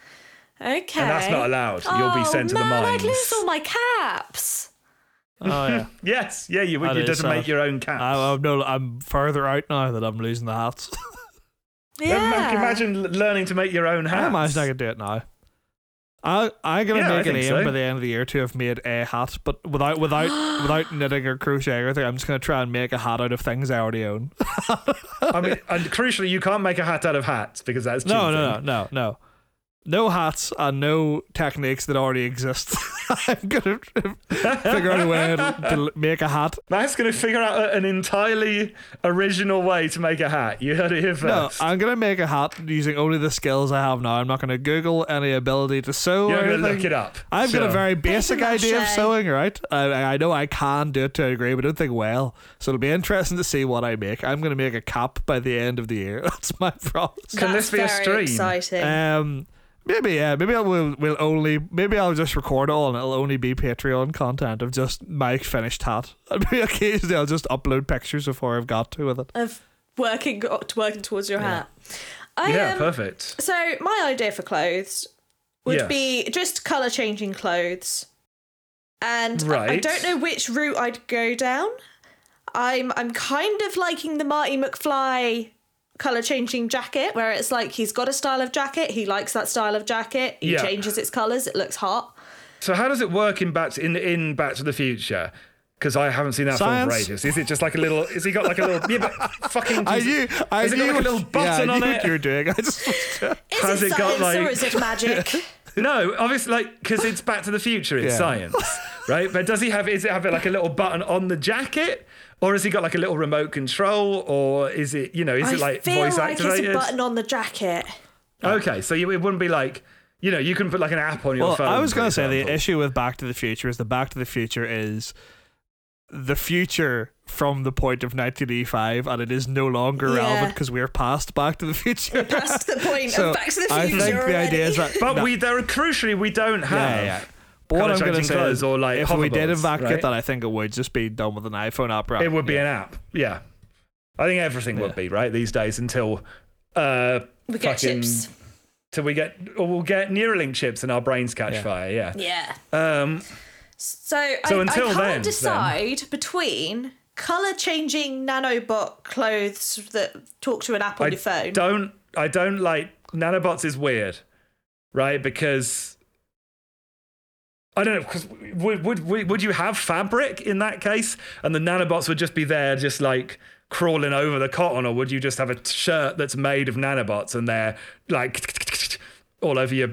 S3: Okay.
S2: And that's not allowed. You'll be
S3: Oh,
S2: sent to the
S3: man,
S2: mines.
S3: I'd lose all my caps.
S4: oh yeah.
S2: Yes, yeah, you would.
S4: That
S2: You
S4: is
S2: just make
S4: sad.
S2: your own cap.
S4: [laughs] I, I'm no, I'm further out now that I'm losing the hats.
S3: Yeah.
S2: Imagine l- learning to make your own hats.
S4: I imagine I could do it now. I I'm gonna
S2: Yeah, I
S4: make an
S2: think
S4: aim
S2: so.
S4: by the end of the year to have made a hat, but
S2: [gasps]
S4: without without without knitting or crocheting or anything, I'm just gonna try and make a hat out of things I already own. [laughs]
S2: I mean, and crucially, you can't make a hat out of hats because that's
S4: No,
S2: cheating.
S4: no, no, no, no. No hats and no techniques that already exist. [laughs] I'm
S2: [laughs]
S4: gonna figure out a way to, to make a hat.
S2: Matt's going to figure out a- an entirely original way to make a hat. You heard it here
S4: No,
S2: first.
S4: I'm gonna make a hat using only the skills I have now. I'm not gonna Google any ability to sew.
S2: You're
S4: or
S2: going to
S4: anything.
S2: look it up.
S4: I've got
S2: Sure.
S4: a very basic idea of
S3: mache.
S4: sewing, right? I, I know I can do it to a degree, but I don't think well. So it'll be interesting to see what I make. I'm going to make a cap by the end of the year. [laughs] That's my promise.
S2: Can
S3: That's
S2: this be a
S3: very
S2: stream?
S3: Exciting.
S4: Um, maybe yeah, maybe I will. Will only maybe I'll just record all, and it'll only be Patreon content of just my finished hat. [laughs] And Maybe occasionally I'll just upload pictures before I've got to with it.
S3: of working working towards your hat. I,
S2: Yeah,
S3: um,
S2: perfect.
S3: So my idea for clothes would
S2: Yes.
S3: be just color changing clothes, and I- I,
S2: Right.
S3: don't know which route I'd go down. I'm I'm kind of liking the Marty McFly color changing jacket, where it's like he's got a style of jacket, he likes that style of jacket, he
S2: Yeah.
S3: changes its colors, it looks hot.
S2: So, how does it work in Back to, in, in Back to the Future? Because I haven't seen that film for
S4: Science.
S2: ages. Is it just like a little? Is he got like a little? Yeah, but fucking.
S4: I knew. I
S2: has
S4: knew
S2: it got like a little
S4: what-
S2: button
S4: yeah, I
S2: on
S4: knew
S2: it?
S4: what you were doing. [laughs] I just
S3: Is
S2: Has
S3: it
S2: it got,
S3: science or
S2: like-
S3: is
S2: [laughs]
S3: it magic?
S2: No, obviously, like because it's Back to the Future. It's
S4: Yeah.
S2: science, right? But does he have? Is it have like a little button on the jacket, or has he got like a little remote control, or is it you know is
S3: I
S2: it like
S3: feel
S2: voice
S3: like
S2: activated?
S3: it's a button on the jacket.
S2: Okay, so you, it wouldn't be like you know you can put like an app on your
S4: Well,
S2: phone.
S4: I was
S2: for
S4: going to say the
S2: example.
S4: issue with Back to the Future is the Back to the Future is the future from the point of 1985, and it is no longer
S3: Yeah.
S4: relevant because we are past Back to
S3: [laughs]
S4: the Future.
S3: That's the point
S4: So
S3: of Back to the Future.
S4: I think the
S3: already.
S4: idea is that,
S2: But
S4: no,
S2: we there crucially we don't
S4: yeah,
S2: have.
S4: yeah, yeah. But what
S2: colour
S4: I'm going to
S2: changing
S4: say
S2: colours
S4: is,
S2: or, like,
S4: if we did in
S2: hoverboards,
S4: fact get
S2: right?
S4: that, I think it would just be done with an iPhone app. Right?
S2: It would be an app. Yeah, I think everything would be right these days until uh,
S3: we get
S2: fucking-
S3: chips.
S2: Till we get or we'll get Neuralink chips and our brains catch fire. Yeah.
S3: Yeah.
S2: Um,
S3: So,
S2: So
S3: I,
S2: until
S3: I can't
S2: then, then.
S3: decide between color changing nanobot clothes that talk to an app on
S2: I
S3: your phone.
S2: don't I don't like nanobots is weird, right? Because I don't know. Because would, would would would you have fabric in that case, and the nanobots would just be there, just like crawling over the cotton, or would you just have a t- shirt that's made of nanobots and they're like all over your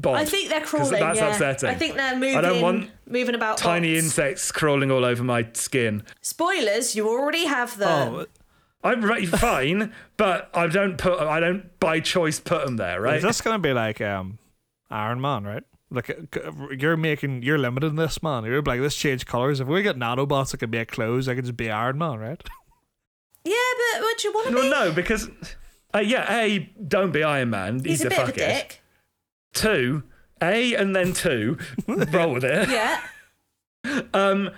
S2: body?
S3: I think they're
S2: 'Cause
S3: crawling.
S2: That's
S3: yeah.
S2: upsetting.
S3: I think they're moving.
S2: I don't want
S3: moving about.
S2: tiny
S3: bots.
S2: insects crawling all over my skin.
S3: Spoilers. You already have them.
S4: Oh,
S2: I'm right, fine, [laughs] but I don't put. I don't by choice put them there, right?
S4: is this gonna be like um, Iron Man, right? Like uh, c- you're making, you're limiting this man. You're like, let's change colors. If we get nanobots that can make clothes, I can just be Iron Man, right?
S3: yeah, but would you want to
S2: Well,
S3: be?
S2: no, because uh, yeah, a don't be Iron Man.
S3: He's
S2: He's,
S3: a bit of a
S2: fuckhead.
S3: dick.
S2: Two, a and then two, roll with it.
S3: Yeah.
S2: Um,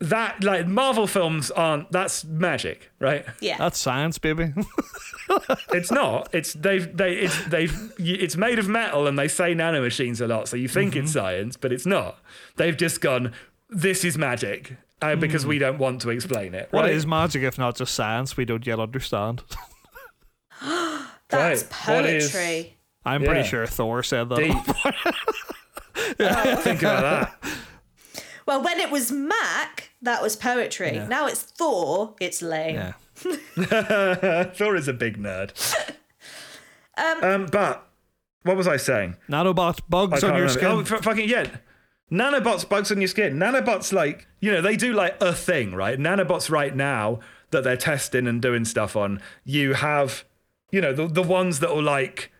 S2: that like Marvel films aren't. That's magic, right?
S3: Yeah.
S4: That's science, baby. [laughs]
S2: It's not. It's they've they it's they've y- it's made of metal and they say nanomachines a lot, so you think
S4: Mm-hmm.
S2: it's science, but it's not. They've just gone. This is magic. Uh, because we don't want to explain it.
S4: Mm. What
S2: right?
S4: is magic if not just science we don't yet understand? [laughs]
S3: That's
S2: right. What is-
S3: poetry.
S4: I'm
S2: Yeah.
S4: pretty sure Thor said that. [laughs]
S2: Deep. Think about that.
S3: Well, when it was Mac, that was poetry. Now it's Thor. It's lame.
S4: Yeah.
S2: [laughs] Thor is a big nerd. um, but what was I saying?
S4: Nanobots,
S2: I
S4: bugs
S2: can't
S4: on your
S2: remember.
S4: skin.
S2: Oh, f- fucking yeah. Nanobots bugs on your skin. Nanobots, like, you know, they do like a thing, right? Nanobots right now that they're testing and doing stuff on, you have, you know, the, the ones that will like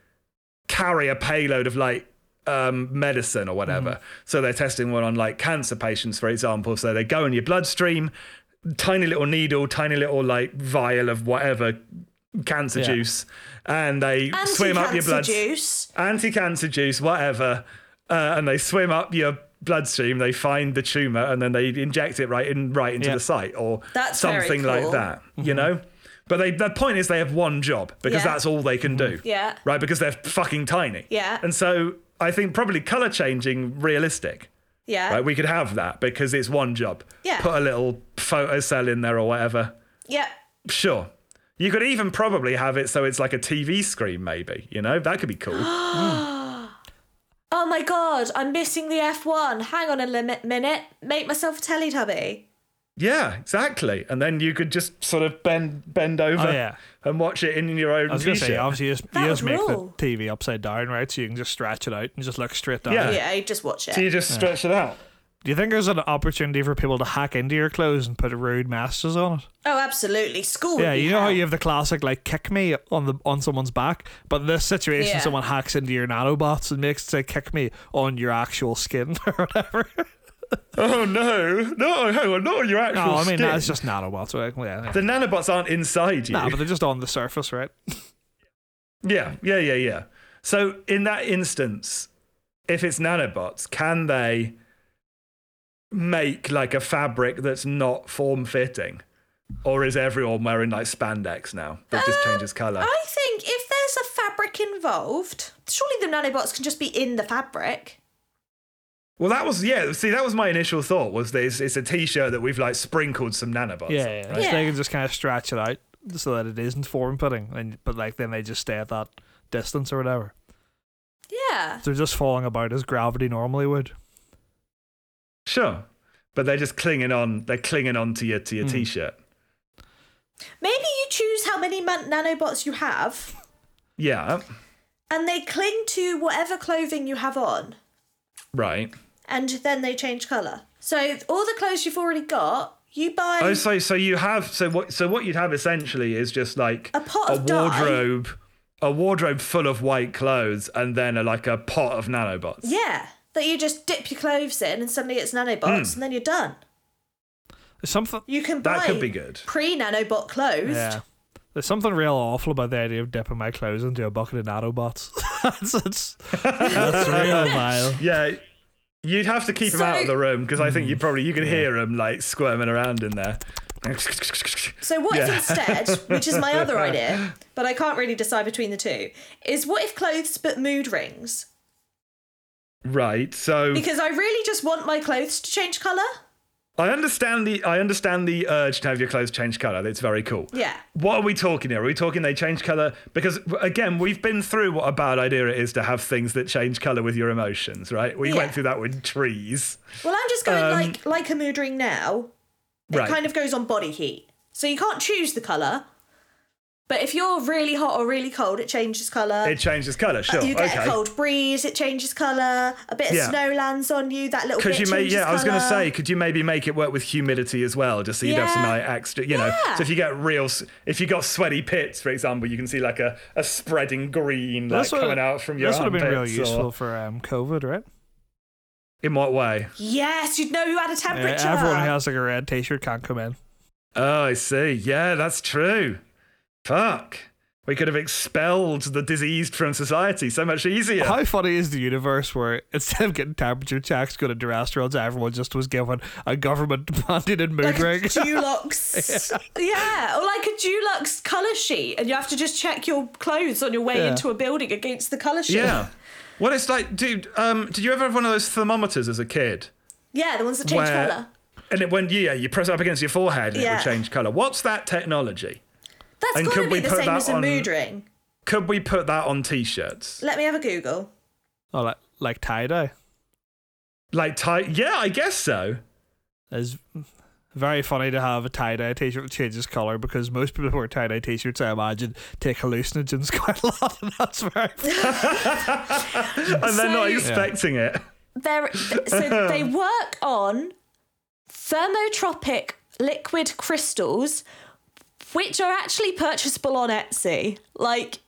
S2: carry a payload of like um, medicine or whatever.
S4: Mm-hmm.
S2: So they're testing one on like cancer patients, for example. So they go in your bloodstream, tiny little needle, tiny little like vial of whatever cancer
S4: Yeah.
S2: juice, and they swim up your
S3: Anti-cancer
S2: blood
S3: juice.
S2: anti-cancer juice, whatever, uh, and they swim up your bloodstream. They find the tumor and then they inject it right in right into
S4: Yeah.
S2: the site or
S3: That's very
S2: something
S3: cool.
S2: like that. You know. But they, the point is, they have one job because
S3: Yeah.
S2: that's all they can do.
S3: Yeah.
S2: Right? Because they're fucking tiny.
S3: Yeah.
S2: And so I think probably color changing realistic.
S3: Yeah.
S2: Right? We could have that because it's one job.
S3: Uh, Yeah.
S2: Put a little photo cell in there or whatever.
S3: Yeah.
S2: Sure. You could even probably have it so it's like a TV screen, maybe. You know, that could be cool.
S3: Oh my god, I'm missing the F1. Hang on a limit minute. Make myself a Teletubby.
S2: Yeah, exactly. And then you could just sort of bend bend over
S4: Oh, yeah.
S2: and watch it in your own
S4: I was gonna say,
S2: t-shirt.
S4: obviously, you just,
S3: That
S4: you just
S3: would
S4: make the
S3: rule.
S4: TV upside down, right? So you can just stretch it out and just look straight down.
S2: Yeah.
S3: Yeah, you just watch
S2: so you
S3: it.
S2: just stretch it out.
S4: Do you think there's an opportunity for people to hack into your clothes and put rude messages on it?
S3: Oh, absolutely. School.
S4: yeah,
S3: would be
S4: you know how
S3: hell.
S4: you have the classic like "kick me" on the on someone's back, but in this situation,
S3: Yeah.
S4: someone hacks into your nanobots and makes it say "kick me" on your actual skin [laughs] or whatever.
S2: Oh no, no, hang on, not on your actual
S4: No, I mean
S2: skin.
S4: that's just nanobots. Right? Yeah, yeah.
S2: the nanobots aren't inside you.
S4: Nah, but they're just on the
S2: [laughs]
S4: surface, right?
S2: yeah, yeah, yeah, yeah. So in that instance, if it's nanobots, can they make like a fabric that's not form fitting? Or is everyone wearing like spandex now that just changes colour?
S3: I think if there's a fabric involved, surely the nanobots can just be in the fabric.
S2: Well, that was yeah. See, that was my initial thought was that it's, it's a T-shirt that we've like sprinkled some nanobots.
S4: Yeah,
S2: on,
S4: yeah.
S2: right?
S4: So
S3: Yeah.
S4: they can just kind of stretch it out so that it isn't form fitting, and but like then they just stay at that distance or whatever.
S3: Yeah.
S4: They're just falling about as gravity normally would.
S2: sure. But they're just clinging on. They're clinging on to your to
S4: Mm.
S2: your T-shirt.
S3: Maybe you choose how many man- nanobots you have
S2: Yeah,
S3: and they cling to whatever clothing you have on
S2: right.
S3: and then they change colour. So all the clothes you've already got, you buy.
S2: Oh, so so you have so what so what you'd have essentially is just like
S3: A pot of dye.
S2: wardrobe, a wardrobe full of white clothes, and then a, like a pot of nanobots.
S3: yeah. That you just dip your clothes in and suddenly it's nanobots
S4: Hmm.
S3: and then you're done.
S4: There's something.
S3: You can buy
S2: That could be good.
S3: pre nanobot clothes. [laughs]
S4: Yeah. There's something real awful about the idea of dipping my clothes into a bucket of nanobots. [laughs] that's, that's, [laughs] that's real vile.
S2: Yeah. You'd have to keep them out of
S3: So-
S2: the room because I think
S4: Mm.
S2: you probably you could hear them like squirming around in there. [laughs]
S3: So what
S2: Yeah.
S3: if instead, which is my
S2: [laughs]
S3: other idea, but I can't really decide between the two, is what if clothes but mood rings?
S2: Right. So
S3: Because I really just want my clothes to change colour.
S2: I understand the I understand the urge to have your clothes change color. It's very cool.
S3: Yeah.
S2: What are we talking here? Are we talking they change color? Because again, we've been through what a bad idea it is to have things that change color with your emotions, right? We
S3: Yeah.
S2: went through that with trees.
S3: Well, I'm just going like like a mood ring now. It
S2: Right.
S3: kind of goes on body heat, so you can't choose the color. But if you're really hot or really cold, it changes color.
S2: It changes color, sure.
S3: uh, you get
S2: okay.
S3: a cold breeze, it changes color. A bit of
S2: Yeah.
S3: snow lands on you. That little
S2: Could
S3: bit
S2: you make?
S3: changes
S2: Yeah, I was going to
S3: colour.
S2: say, could you maybe make it work with humidity as well, just so you'd have some
S3: Yeah.
S2: like extra, you know.
S3: Yeah.
S2: So if you get real, s- if you got sweaty pits, for example, you can see like a, a spreading green like
S4: That's what-
S2: coming out from your.
S4: This would have been real
S2: armpits or-
S4: useful for um, COVID, right?
S2: In what way?
S3: Yes, you'd know who had a
S4: Uh,
S3: temperature.
S4: everyone who has like a red T-shirt can't come in.
S2: Oh, I see. Yeah, that's true. Fuck. We could have expelled the diseased from society so much easier.
S4: How funny is the universe where instead of getting temperature checks going into restaurants, everyone just was given a government [laughs] mandated mood
S2: [laughs]
S3: like [laughs]
S4: ring?
S3: a Dulux. yeah, or like a Dulux colour sheet, and you have to just check your clothes on your way
S4: Yeah.
S3: into a building against the colour sheet.
S2: yeah. Well, it's like, dude, um, did you ever have one of those thermometers as a kid?
S3: Yeah, the ones that change
S2: Where-
S3: colour.
S2: And it went, yeah, you press it up against your forehead and it
S3: Yeah.
S2: would change colour. What's that technology?
S3: That's
S2: And
S3: got
S2: could
S3: to
S2: we
S3: be the
S2: put
S3: same
S2: that
S3: as a
S2: on-
S3: mood ring.
S2: Could we put that on t shirts?
S3: Let me have a Google.
S4: oh, like, like tie dye
S2: Like, tie? Yeah, I guess so.
S4: is very funny to have a tie dye T-shirt that changes color because most people who wear tie dye T-shirts, I imagine, take hallucinogens [laughs] quite a lot, and that's very. Funny.
S2: And they're not
S3: So-
S2: expecting it.
S3: They're, th- so
S2: [laughs]
S3: they work on thermotropic liquid crystals, which are actually purchasable on Etsy. Like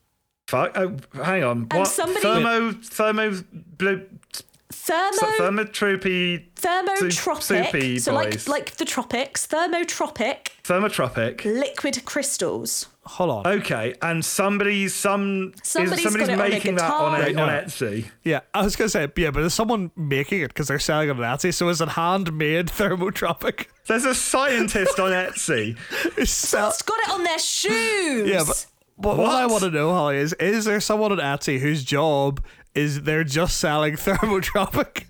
S2: Fuck. Oh, hang on. What?
S3: somebody-
S2: Thermo. Thermo. Blue,
S3: thermo
S2: thermotropy. soupy
S3: thermotropic, so like
S2: boys.
S3: like the tropics, thermotropic
S2: Thermotropic.
S3: liquid crystals.
S4: Hold on.
S2: Okay, and somebody, some is-
S3: Somebody's
S2: somebody's
S3: got it on a
S2: making that on,
S3: guitar.
S2: a,
S3: Right,
S2: on
S4: no.
S2: Etsy.
S4: Yeah, I was gonna say yeah, but there's someone making it because they're selling it on Etsy, so it's a handmade thermotropic. [laughs]
S2: There's a scientist on Etsy.
S4: It's sell-
S3: It's got it on
S2: [laughs]
S3: their shoes.
S4: Yeah, but, but what?
S2: What?
S4: I want to know, Holly, is is there someone on Etsy whose job is they're just selling [laughs] thermotropic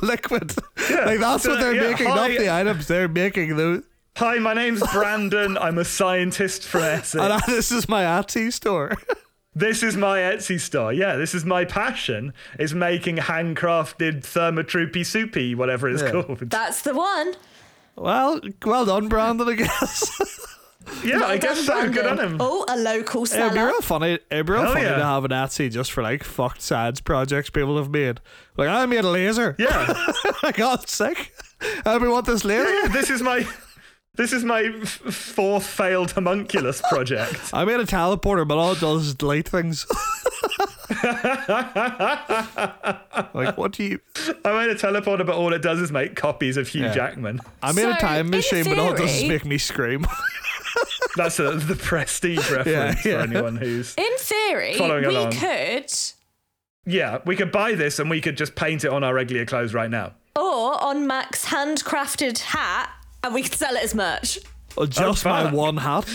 S4: [laughs] liquid? like that's
S2: so,
S4: what they're
S2: yeah,
S4: making,
S2: Holly-
S4: not the items they're making. Those,
S2: Hi, my name's Brandon. I'm a scientist from Etsy.
S4: and I- this is my Etsy store. [laughs]
S2: this is my Etsy store. Yeah, this is my passion. Is making handcrafted thermotroopy soupy, whatever it's called.
S3: That's the one.
S4: well, well done, Brandon.
S2: [laughs]
S4: I guess
S2: yeah, I guess so. Good on him.
S3: Oh, a local
S4: it'd be
S3: seller.
S4: real funny. It'd be real
S2: Hell
S4: funny
S2: yeah.
S4: to have an Etsy just for like fucked science projects people have made. Like I made a laser.
S2: Yeah.
S4: [laughs] I got sick. Everyone want this laser.
S2: this is my. This is my f- fourth failed homunculus project.
S4: I made a teleporter, but all it does is delete things. [laughs] like, what do you?
S2: I made a teleporter, but all it does is make copies of Hugh
S4: Yeah.
S2: Jackman.
S4: I made
S3: So,
S4: a time
S3: in
S4: machine, but all it does is
S3: theory-
S4: make me scream. [laughs]
S2: That's a, the prestige reference
S4: yeah.
S2: for anyone who's.
S3: In theory,
S2: Following
S3: we
S2: along.
S3: could,
S2: Yeah, we could buy this and we could just paint it on our regular clothes right now.
S3: or on Mac's handcrafted hat, and we could sell it as merch.
S4: Or just my
S2: fuck.
S4: one hat.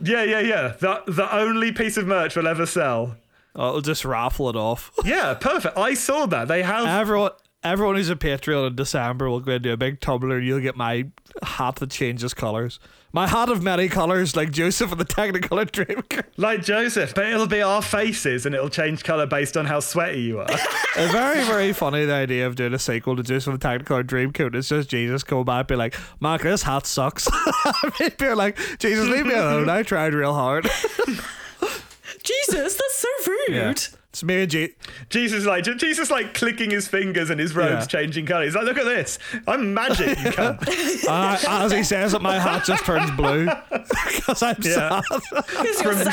S2: Yeah, yeah, yeah. The, the only piece of merch we'll ever sell.
S4: Oh, it'll just raffle it off. [laughs]
S2: Yeah, perfect. I saw that. They have.
S4: Everyone, everyone who's a Patreon in December will go into a big tumbler. You'll get my hat that changes colors. My hat of many colors, like Joseph in the Technicolor [laughs] Dreamcoat.
S2: like Joseph, but it'll be our faces and it'll change colour based on how sweaty you
S4: [laughs]
S2: are.
S4: It's very, very funny the idea of doing a sequel to Joseph in the Technicolor Dreamcoat. It's just Jesus coming back and be like, Mark, this hat sucks. [laughs] People are like, Jesus, leave me alone. I tried real hard.
S3: Jesus, that's so rude.
S4: It's me and G.
S2: Jesus, like Jesus, like clicking his fingers and his robes
S4: Yeah.
S2: changing colour. He's like, look at this. I'm magic. You
S4: [laughs]
S2: cunt.
S4: Uh, as he says it, my hat just turns blue [laughs] because I'm
S2: Yeah.
S4: sad.
S3: 'Cause you're
S2: From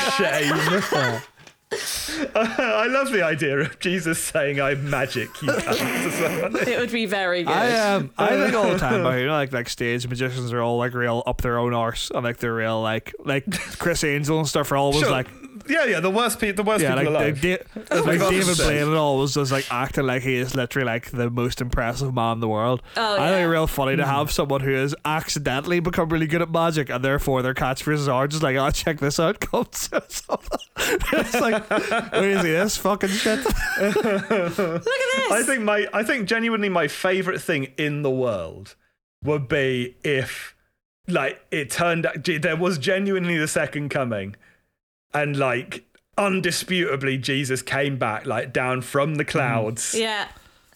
S2: shame.
S3: sad.
S2: [laughs] I love the idea of Jesus saying, "I'm magic." You cunt, to someone.
S3: It would be very good.
S4: I
S2: uh,
S4: um, I think all the time about you know like like stage magicians are all like real up their own arse and like they're real like like Chris Angel and stuff are always
S2: Sure.
S4: like
S2: [laughs] yeah, yeah, the worst people, the worst
S4: Yeah, like,
S2: people
S4: like,
S2: alive. [laughs]
S4: da- like
S2: we've often
S4: David
S2: said.
S4: Blaine and all was just like acting like he is literally like the most impressive man in the world.
S3: Oh,
S4: I think
S3: yeah.
S4: it's real funny
S2: Hmm.
S4: to have someone who has accidentally become really good at magic and therefore their catchphrases are just like, oh, check this out, [laughs] come to something." It's like, [laughs] where is he? This fucking shit.
S3: Look at this.
S2: I think my I think genuinely my favorite thing in the world would be if like it turned out ge- there was genuinely the second coming and like undisputably Jesus came back like down from the clouds
S3: Yeah.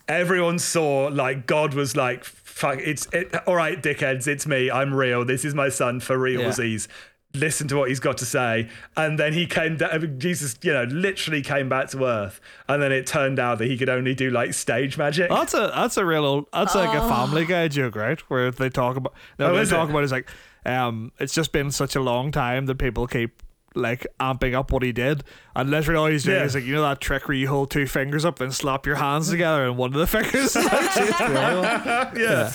S2: everyone saw like God was like fuck it's it, all right dickheads it's me I'm real this is my son for realsies listen to what he's got to say and then he came down Jesus you know literally came back to earth and then it turned out that he could only do like stage magic
S4: That's a that's a real old that's like a Family Guy joke, right? Where they talk about no,
S2: Oh,
S4: they
S2: is
S4: talk
S2: it?
S4: about is like um, it's just been such a long time that people keep like amping up what he did, and literally all he's doing
S2: Yeah.
S4: is like you know that trick where you hold two fingers up and slap your hands together, and one of
S2: [laughs]
S4: the fingers. is [laughs] actually his tail.
S2: [laughs] yeah.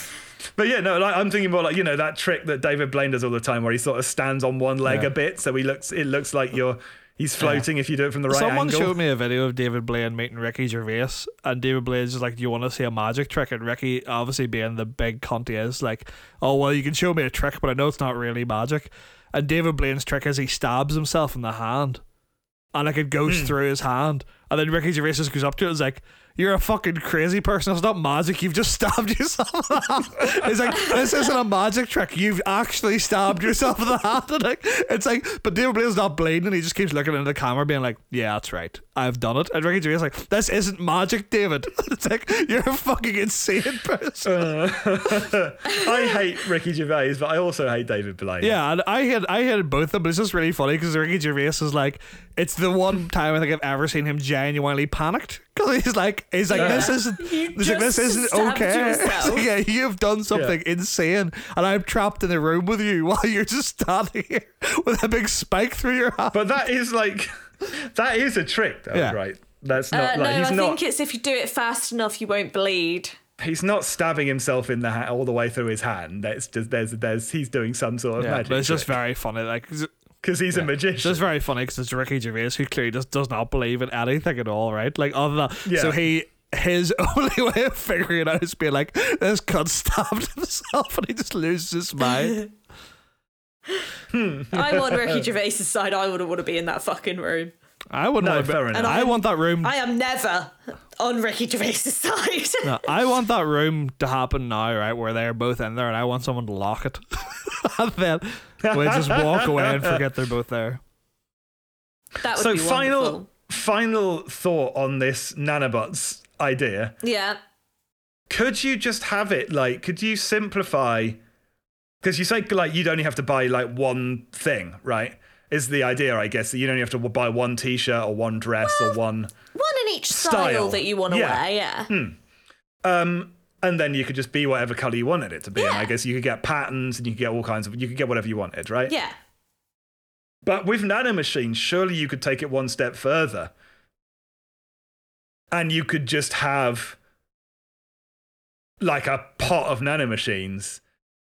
S2: But yeah, no, like, I'm thinking more like you know that trick that David Blaine does all the time, where he sort of stands on one leg
S4: Yeah.
S2: a bit, so he looks it looks like you're he's floating if you do it from the right
S4: Someone
S2: angle.
S4: showed me a video of David Blaine meeting Ricky Gervais, and David Blaine's just like, "Do you want to see a magic trick?" And Ricky, obviously being the big cunt he is, like, "Oh well, you can show me a trick, but I know it's not really magic." And David Blaine's trick is he stabs himself in the hand, and like it goes through his hand, and then Ricky Gervais just goes up to it and is like. You're a fucking crazy person. It's not magic. You've just [laughs] stabbed yourself. In the hand. It's like this isn't a magic trick. You've actually stabbed yourself in the hand. [laughs] And like, it's like, but David Blaine's not bleeding. He just keeps looking into the camera, being like, "Yeah, that's right. I've done it." And Ricky Gervais is like, "This isn't magic, David." [laughs] It's like you're a fucking insane [laughs] person.
S2: I hate Ricky Gervais, but I also hate David Blaine.
S4: Yeah, and I had I had both of them, but it's just really funny because Ricky Gervais is like, it's the one time I think I've ever seen him genuinely panicked because he's like, he's like, this isn't, he's like, this
S3: just
S4: isn't
S3: stabbed
S4: okay.
S3: yourself.
S4: It's like, [laughs] yeah, you've done something insane, and I'm trapped in a room with you [laughs] while you're just standing here with a big spike through your hand.
S2: but that is like that is a trick, though,
S4: Yeah.
S2: right? That's
S3: Uh,
S2: not
S3: no,
S2: like
S3: I
S2: he's not
S3: think it's if you do it fast enough, you won't bleed.
S2: he's not stabbing himself in the ha- all the way through his hand. That's just there's there's he's doing some sort of
S4: yeah,
S2: magic
S4: but it's just very funny, like. 'cause it-
S2: because he's a
S4: It's
S2: magician.
S4: just very funny because it's Ricky Gervais who clearly just does not believe in anything at all, right? Like other than
S2: Yeah.
S4: so he his [laughs] only way of figuring it out is being like this cunt stabbed [laughs] himself and he just loses his mind.
S3: I'm on Ricky Gervais' side. I wouldn't want to be in that fucking room.
S4: I wouldn't.
S2: No,
S4: want to be-
S2: fair enough.
S4: And I want that room.
S3: I am never on Ricky Gervais' side.
S4: No, I want that room to happen now, right? Where they're both in there, and I want someone to lock it, [laughs] and then we just walk away and forget they're both there.
S3: [laughs] That would
S2: so
S3: be
S2: final
S3: wonderful.
S2: final thought on this nanobots idea.
S3: Yeah.
S2: could you just have it like could you simplify because you say like you'd only have to buy like one thing right is the idea i guess that you'd only have to buy one t-shirt or one dress or one
S3: One in each style,
S2: Style.
S3: that you want to
S2: Yeah. Mm.
S3: wear, yeah.
S2: um and then you could just be whatever color you wanted it to be and i
S3: Yeah.
S2: guess you could get patterns and you could get all kinds of you could get whatever you wanted right
S3: Yeah.
S2: but with nanomachines surely you could take it one step further and you could just have like a pot of nanomachines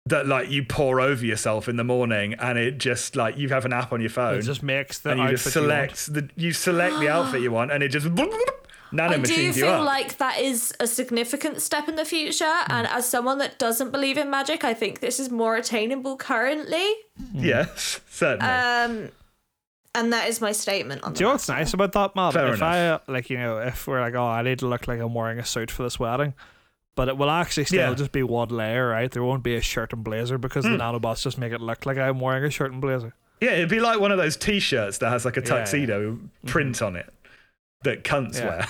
S2: that like you pour over yourself in the morning and it just like you have an app on your phone
S4: It just makes the
S2: and you just
S4: outfit you want.
S2: select the you select the outfit you want and it
S3: [gasps]
S2: just boop, boop, boop,
S3: I do
S2: nanomachines you
S3: feel
S2: up. Mm.
S3: like that is a significant step in the future. And as someone that doesn't believe in magic, I think this is more attainable currently.
S2: yes, [laughs] certainly.
S3: Um, and that is my statement on
S4: Do you know what's nice about that, Matt?
S2: Fair
S4: if I like, you know, if we're like, oh, I need to look like I'm wearing a suit for this wedding, but it will actually still
S2: Yeah. Hmm.
S4: just be one layer, right? There won't be a shirt and blazer because the nanobots just make it look like I'm wearing a shirt and blazer.
S2: yeah, it'd be like one of those t-shirts that has like a
S4: Yeah, yeah.
S2: tuxedo print on it that cunts
S4: Yeah.
S2: wear.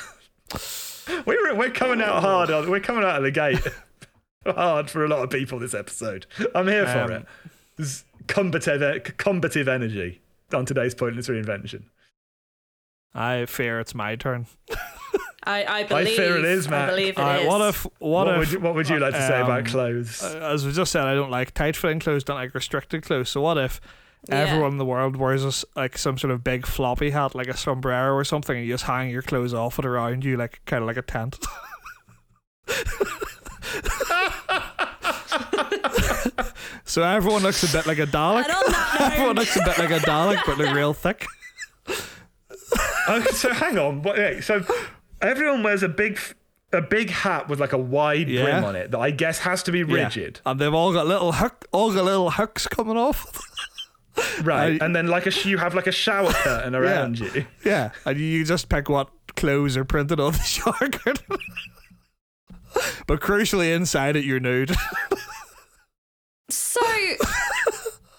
S2: [laughs] we're we're coming out hard. On, we're coming out of the gate [laughs] hard for a lot of people this episode. I'm here for
S4: Um,
S2: it. There's combative combative energy on today's pointless reinvention.
S4: I fear it's my turn.
S3: I, I
S2: fear
S3: believe
S2: it is, Matt.
S3: I believe it
S4: All right,
S3: is.
S4: what if? What,
S2: What,
S4: if?
S2: would you, what would you like to say
S4: um,
S2: about clothes? [laughs]
S4: uh, as we just said, I don't like tight fitting clothes, don't like restricted clothes. So what if
S3: Yeah.
S4: everyone in the world wears a s like some sort of big floppy hat, like a sombrero or something, and you just hang your clothes off and around you, like kind of like a tent. [laughs] so everyone looks a bit like a Dalek.
S3: And on
S2: [laughs]
S3: that
S4: Everyone
S3: note,
S4: looks a bit like a Dalek, but they're real thick.
S2: Okay, Oh, so hang on. What, wait, so everyone wears a big, f- a big hat with like a wide
S4: Yeah.
S2: brim on it that I guess has to be
S4: Yeah.
S2: rigid,
S4: and they've all got little hook, all got little hooks coming off. [laughs]
S2: right?
S4: I-
S2: and then like a sh- you have like a
S4: [laughs]
S2: shower curtain around you.
S4: Yeah, and you just pick what clothes are printed on the [laughs] shower curtain. but crucially, inside it, you're nude.
S3: So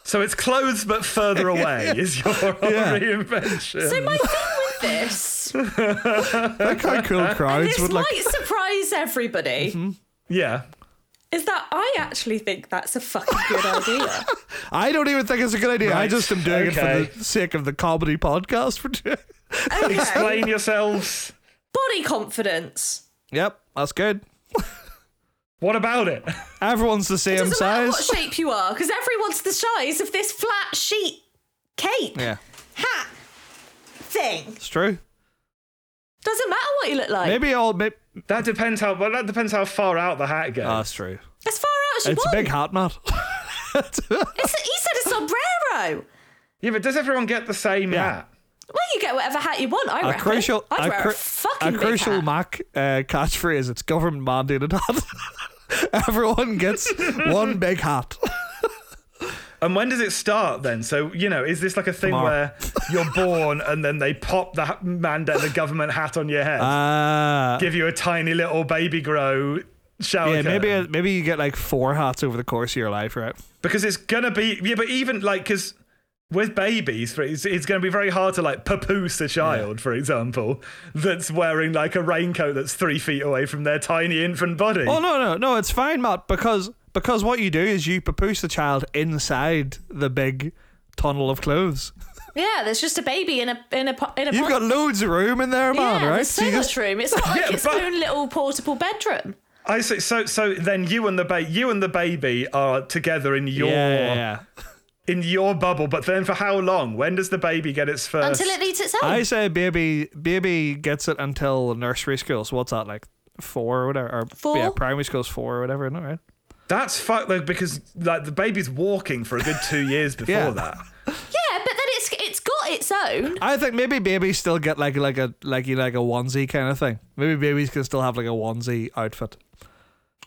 S2: So it's clothes but
S4: [laughs]
S2: further away is your [laughs] reinvention.
S3: so my thing with
S2: [laughs]
S3: this
S4: [laughs] Like how cool crowds
S3: this
S4: would
S3: might
S4: like.
S3: surprise everybody
S2: yeah.
S3: is that I actually think that's a fucking good
S4: [laughs]
S3: idea.
S4: I don't even think it's a good idea. I
S2: Right,
S4: just am doing it
S2: okay.
S4: for the sake of the comedy podcast we're doing.
S3: Okay.
S2: Explain yourselves.
S3: Body confidence.
S4: Yep, that's good.
S2: What about it?
S4: Everyone's the same
S3: Doesn't matter
S4: size.
S3: what shape you are, because everyone's the size of this flat sheet cape
S4: yeah,
S3: hat thing.
S4: it's true.
S3: Doesn't matter what you look like.
S4: Maybe all. Maybe,
S2: That depends how well that depends how far out the hat goes.
S4: Ah, that's true.
S3: As far out as you
S4: It's a
S3: want.
S4: big
S3: [laughs]
S4: hat, Matt.
S3: It's a, he said a sombrero.
S2: yeah, but does everyone get the same
S4: Yeah.
S2: hat?
S3: Well, you get whatever hat you want. I
S4: a
S3: reckon.
S4: crucial,
S3: I'd
S4: a,
S3: wear
S4: cru-
S3: a fucking
S4: a
S3: big
S4: crucial
S3: hat.
S4: Mac uh, catchphrase. It's government mandated hat. [laughs]
S3: [laughs]
S4: Everyone gets one big hat.
S2: And when does it start then? So you know, is this like a thing
S4: Tomorrow. [laughs]
S2: where you're born and then they pop the ha- mandate, the government hat on your head,
S4: Uh,
S2: give you a tiny little baby grow shower?
S4: yeah,
S2: curtain?
S4: maybe maybe you get like four hats over the course of your life, right?
S2: because it's gonna be yeah, but even like because with babies, for it's, it's gonna be very hard to like papoose a child, for example, that's wearing like a raincoat that's three feet away from their tiny infant body.
S4: Oh no, no, no! It's fine, Matt, because because what you do is you papoose the child inside the big tunnel of clothes.
S3: Yeah, there's just a baby in a in a po- in a.
S4: You've
S3: po-
S4: got loads of room in there,
S3: yeah,
S4: man. right?
S3: there's so
S4: you
S3: much
S4: just-
S3: room.
S4: [laughs]
S3: It's not like
S2: Yeah,
S3: its
S2: but-
S3: own little portable bedroom.
S2: I see. So so then you and the ba- you and the baby are together in your
S4: yeah, yeah, yeah.
S2: in your bubble, but then for how long? When does the baby get its first?
S3: Until it needs its own.
S4: I say baby, baby gets it until nursery school. So what's that like? Four or whatever. Or,
S3: Four?
S4: Yeah, primary school's four or whatever. No, right?
S2: That's fucked though, because like the baby's walking for a good two years before
S4: [laughs] Yeah.
S2: that.
S3: yeah, but then it's it's got its own.
S4: I think maybe babies still get like like a like you like a onesie kind of thing. Maybe babies can still have like a onesie outfit.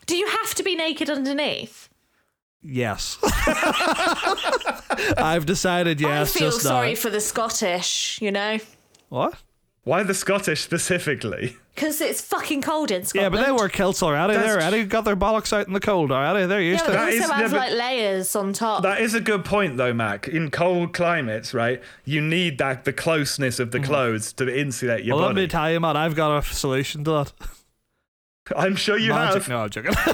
S3: Do you have to be naked underneath?
S4: Yes. [laughs] I've decided yes.
S3: I feel
S4: just
S3: sorry
S4: now.
S3: for the Scottish, you know,
S4: What?
S2: Why the Scottish specifically?
S3: because it's fucking cold in Scotland.
S4: Yeah, but they wear kilts already. They
S2: That's
S4: already got their bollocks out in the cold already. They're
S3: Yeah,
S4: used
S3: but
S4: to
S3: it
S2: That
S4: it.
S3: also
S2: is- yeah,
S3: has
S2: but-
S3: like layers on top.
S2: That is a good point though, Mac. In cold climates, right, you need that the closeness of the clothes to insulate your
S4: Mm. Well, let me
S2: body.
S4: tell you, man, I've got a solution to that.
S2: I'm sure [laughs] you
S4: Magic.
S2: have.
S4: No, I'm joking. [laughs]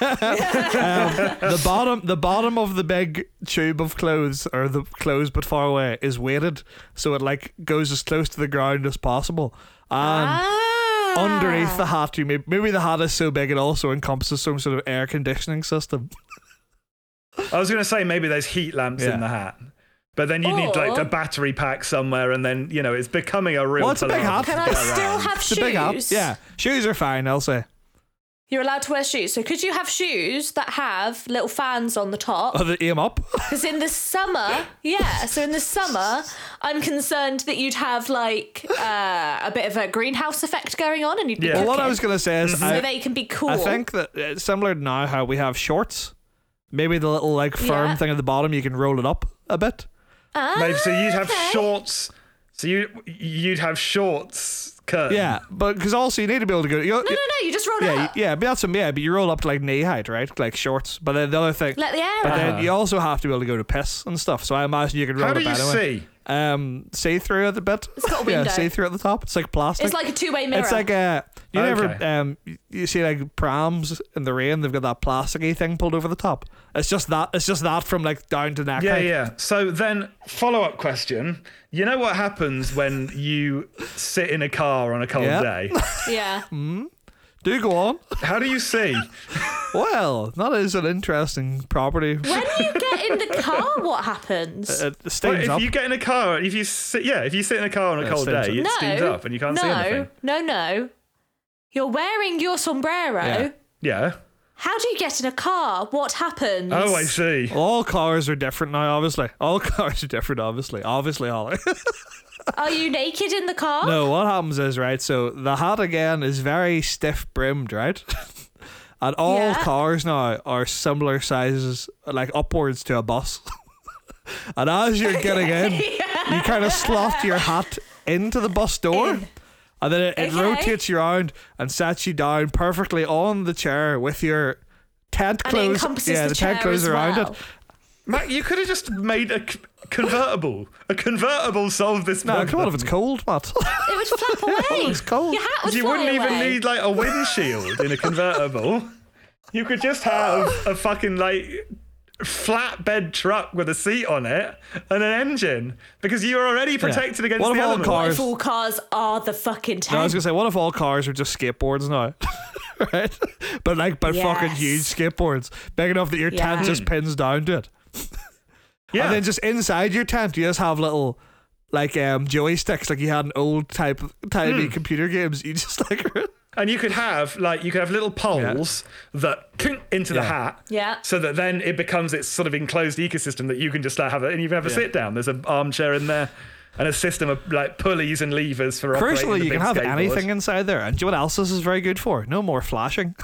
S4: Um, the bottom, the bottom of the big tube of clothes, or the clothes but far away, is weighted, so it like goes as close to the ground as possible. And
S3: ah.
S4: um, underneath the hat, you may, maybe the hat is so big it also encompasses some sort of air conditioning system.
S2: I was going to say maybe there's heat lamps
S4: Yeah.
S2: in the hat, but then you need like
S3: Or-
S2: a battery pack somewhere, and then you know it's becoming a real.
S4: Well, it's a big
S2: polemic.
S4: hat.
S3: Can I still have
S4: It's
S3: shoes?
S4: a big hat. Yeah, shoes are fine. I'll say.
S3: You're allowed to wear shoes. So could you have shoes that have little fans on the top?
S4: [laughs] Oh, the aim up.
S3: Because in the summer, yeah. So in the summer, I'm concerned that you'd have like uh, a bit of a greenhouse effect going on, and you'd be
S2: Yeah.
S4: Well,
S3: cooking,
S4: what I was gonna say is,
S3: Mm-hmm. so
S4: I,
S3: they can be cool.
S4: I think that uh, similar to now how we have shorts, maybe the little like firm
S3: Yeah.
S4: thing at the bottom you can roll it up a bit.
S3: Ah,
S2: Maybe so you'd have
S3: okay.
S2: shorts. So you you'd have shorts. Curtain.
S4: Yeah, but because also you need to be able to go. you
S3: No, no, no. You just roll it
S4: yeah,
S3: up.
S4: you- yeah, but that's some, yeah, but you roll up to like knee height, right? Like shorts. But then the other thing,
S3: Let the air
S4: but
S3: out.
S4: then you also have to be able to go to piss and stuff. So I imagine you can roll
S2: How
S4: it
S2: do
S4: up
S2: you
S4: anyway.
S2: see?
S4: Um, see through at the bit. It's
S3: got a
S4: yeah,
S3: window.
S4: see through at the top. It's like plastic.
S3: It's like a two-way mirror.
S4: It's like a you never
S2: Okay.
S4: um you see like prams in the rain they've got that plasticky thing pulled over the top. It's just that it's just that from like down to neck.
S2: Yeah,
S4: height.
S2: yeah. So then, follow up question. You know what happens when you sit in a car on a cold
S4: Yeah.
S2: day?
S4: [laughs]
S3: yeah.
S4: Do go on.
S2: How do you see?
S4: Well, that is an interesting property.
S3: When you get in the car, what happens?
S4: It
S2: Well,
S4: steams
S2: if
S4: up.
S2: you get in a car, if you sit, yeah, if you sit in a car on a
S4: Yeah,
S2: cold
S4: steams
S2: day,
S4: up.
S2: it
S3: no,
S2: steams up and you can't
S3: no,
S2: see anything.
S3: no, no. You're wearing your sombrero.
S4: Yeah.
S2: Yeah.
S3: How do you get in a car? What happens?
S2: Oh, I see.
S4: All cars are different now, obviously. All [laughs] cars are different, obviously. Obviously, Holly.
S3: Are you naked in the car?
S4: no, what happens is, right, so the hat again is very stiff brimmed, right? [laughs] and all
S3: Yeah.
S4: cars now are similar sizes, like upwards to a bus. [laughs] and as you're
S3: [laughs]
S4: getting in, you kind of slot your hat into the bus door. And then it, it
S3: Okay.
S4: rotates you around and sets you down perfectly on the chair with your tent
S3: And it
S4: clothes.
S3: encompasses
S4: yeah,
S3: the
S4: the tent
S3: chair
S4: clothes
S3: as
S4: around
S3: well.
S4: it.
S2: Mac, you could have just made a c- convertible. A convertible solved this
S4: No,
S2: problem.
S4: come on, if it's cold, Matt. [laughs]
S5: It would flap away.
S4: it's cold.
S5: Your hat would
S2: you
S5: fly
S2: wouldn't even
S5: away.
S2: need like a windshield in a convertible. You could just have a fucking like flatbed truck with a seat on it and an engine because you're already protected against
S4: What
S2: the
S4: if all
S2: elements.
S4: cars-
S5: If all cars are the fucking
S4: No, I
S5: tent.
S4: was gonna say, what if all cars are just skateboards now? [laughs] right? But like, but fucking
S5: Yes.
S4: huge skateboards, big enough that your tent
S5: Yeah.
S4: just pins down to it,
S2: yeah.
S4: and then just inside your tent, you just have little. Like um joysticks, like you had in old type timey computer games, you just like [laughs]
S2: And you could have like you could have little poles that kink into the
S4: Yeah.
S2: hat,
S5: Yeah.
S2: So that then it becomes its sort of enclosed ecosystem that you can just like, have, a, and you can have a sit down. There's an armchair in there, and a system of like pulleys and levers for. operating
S4: Crucially,
S2: the
S4: you
S2: big
S4: can have
S2: skateboard.
S4: anything inside there. And do you know what else this is very good for? No more [laughs] flashing.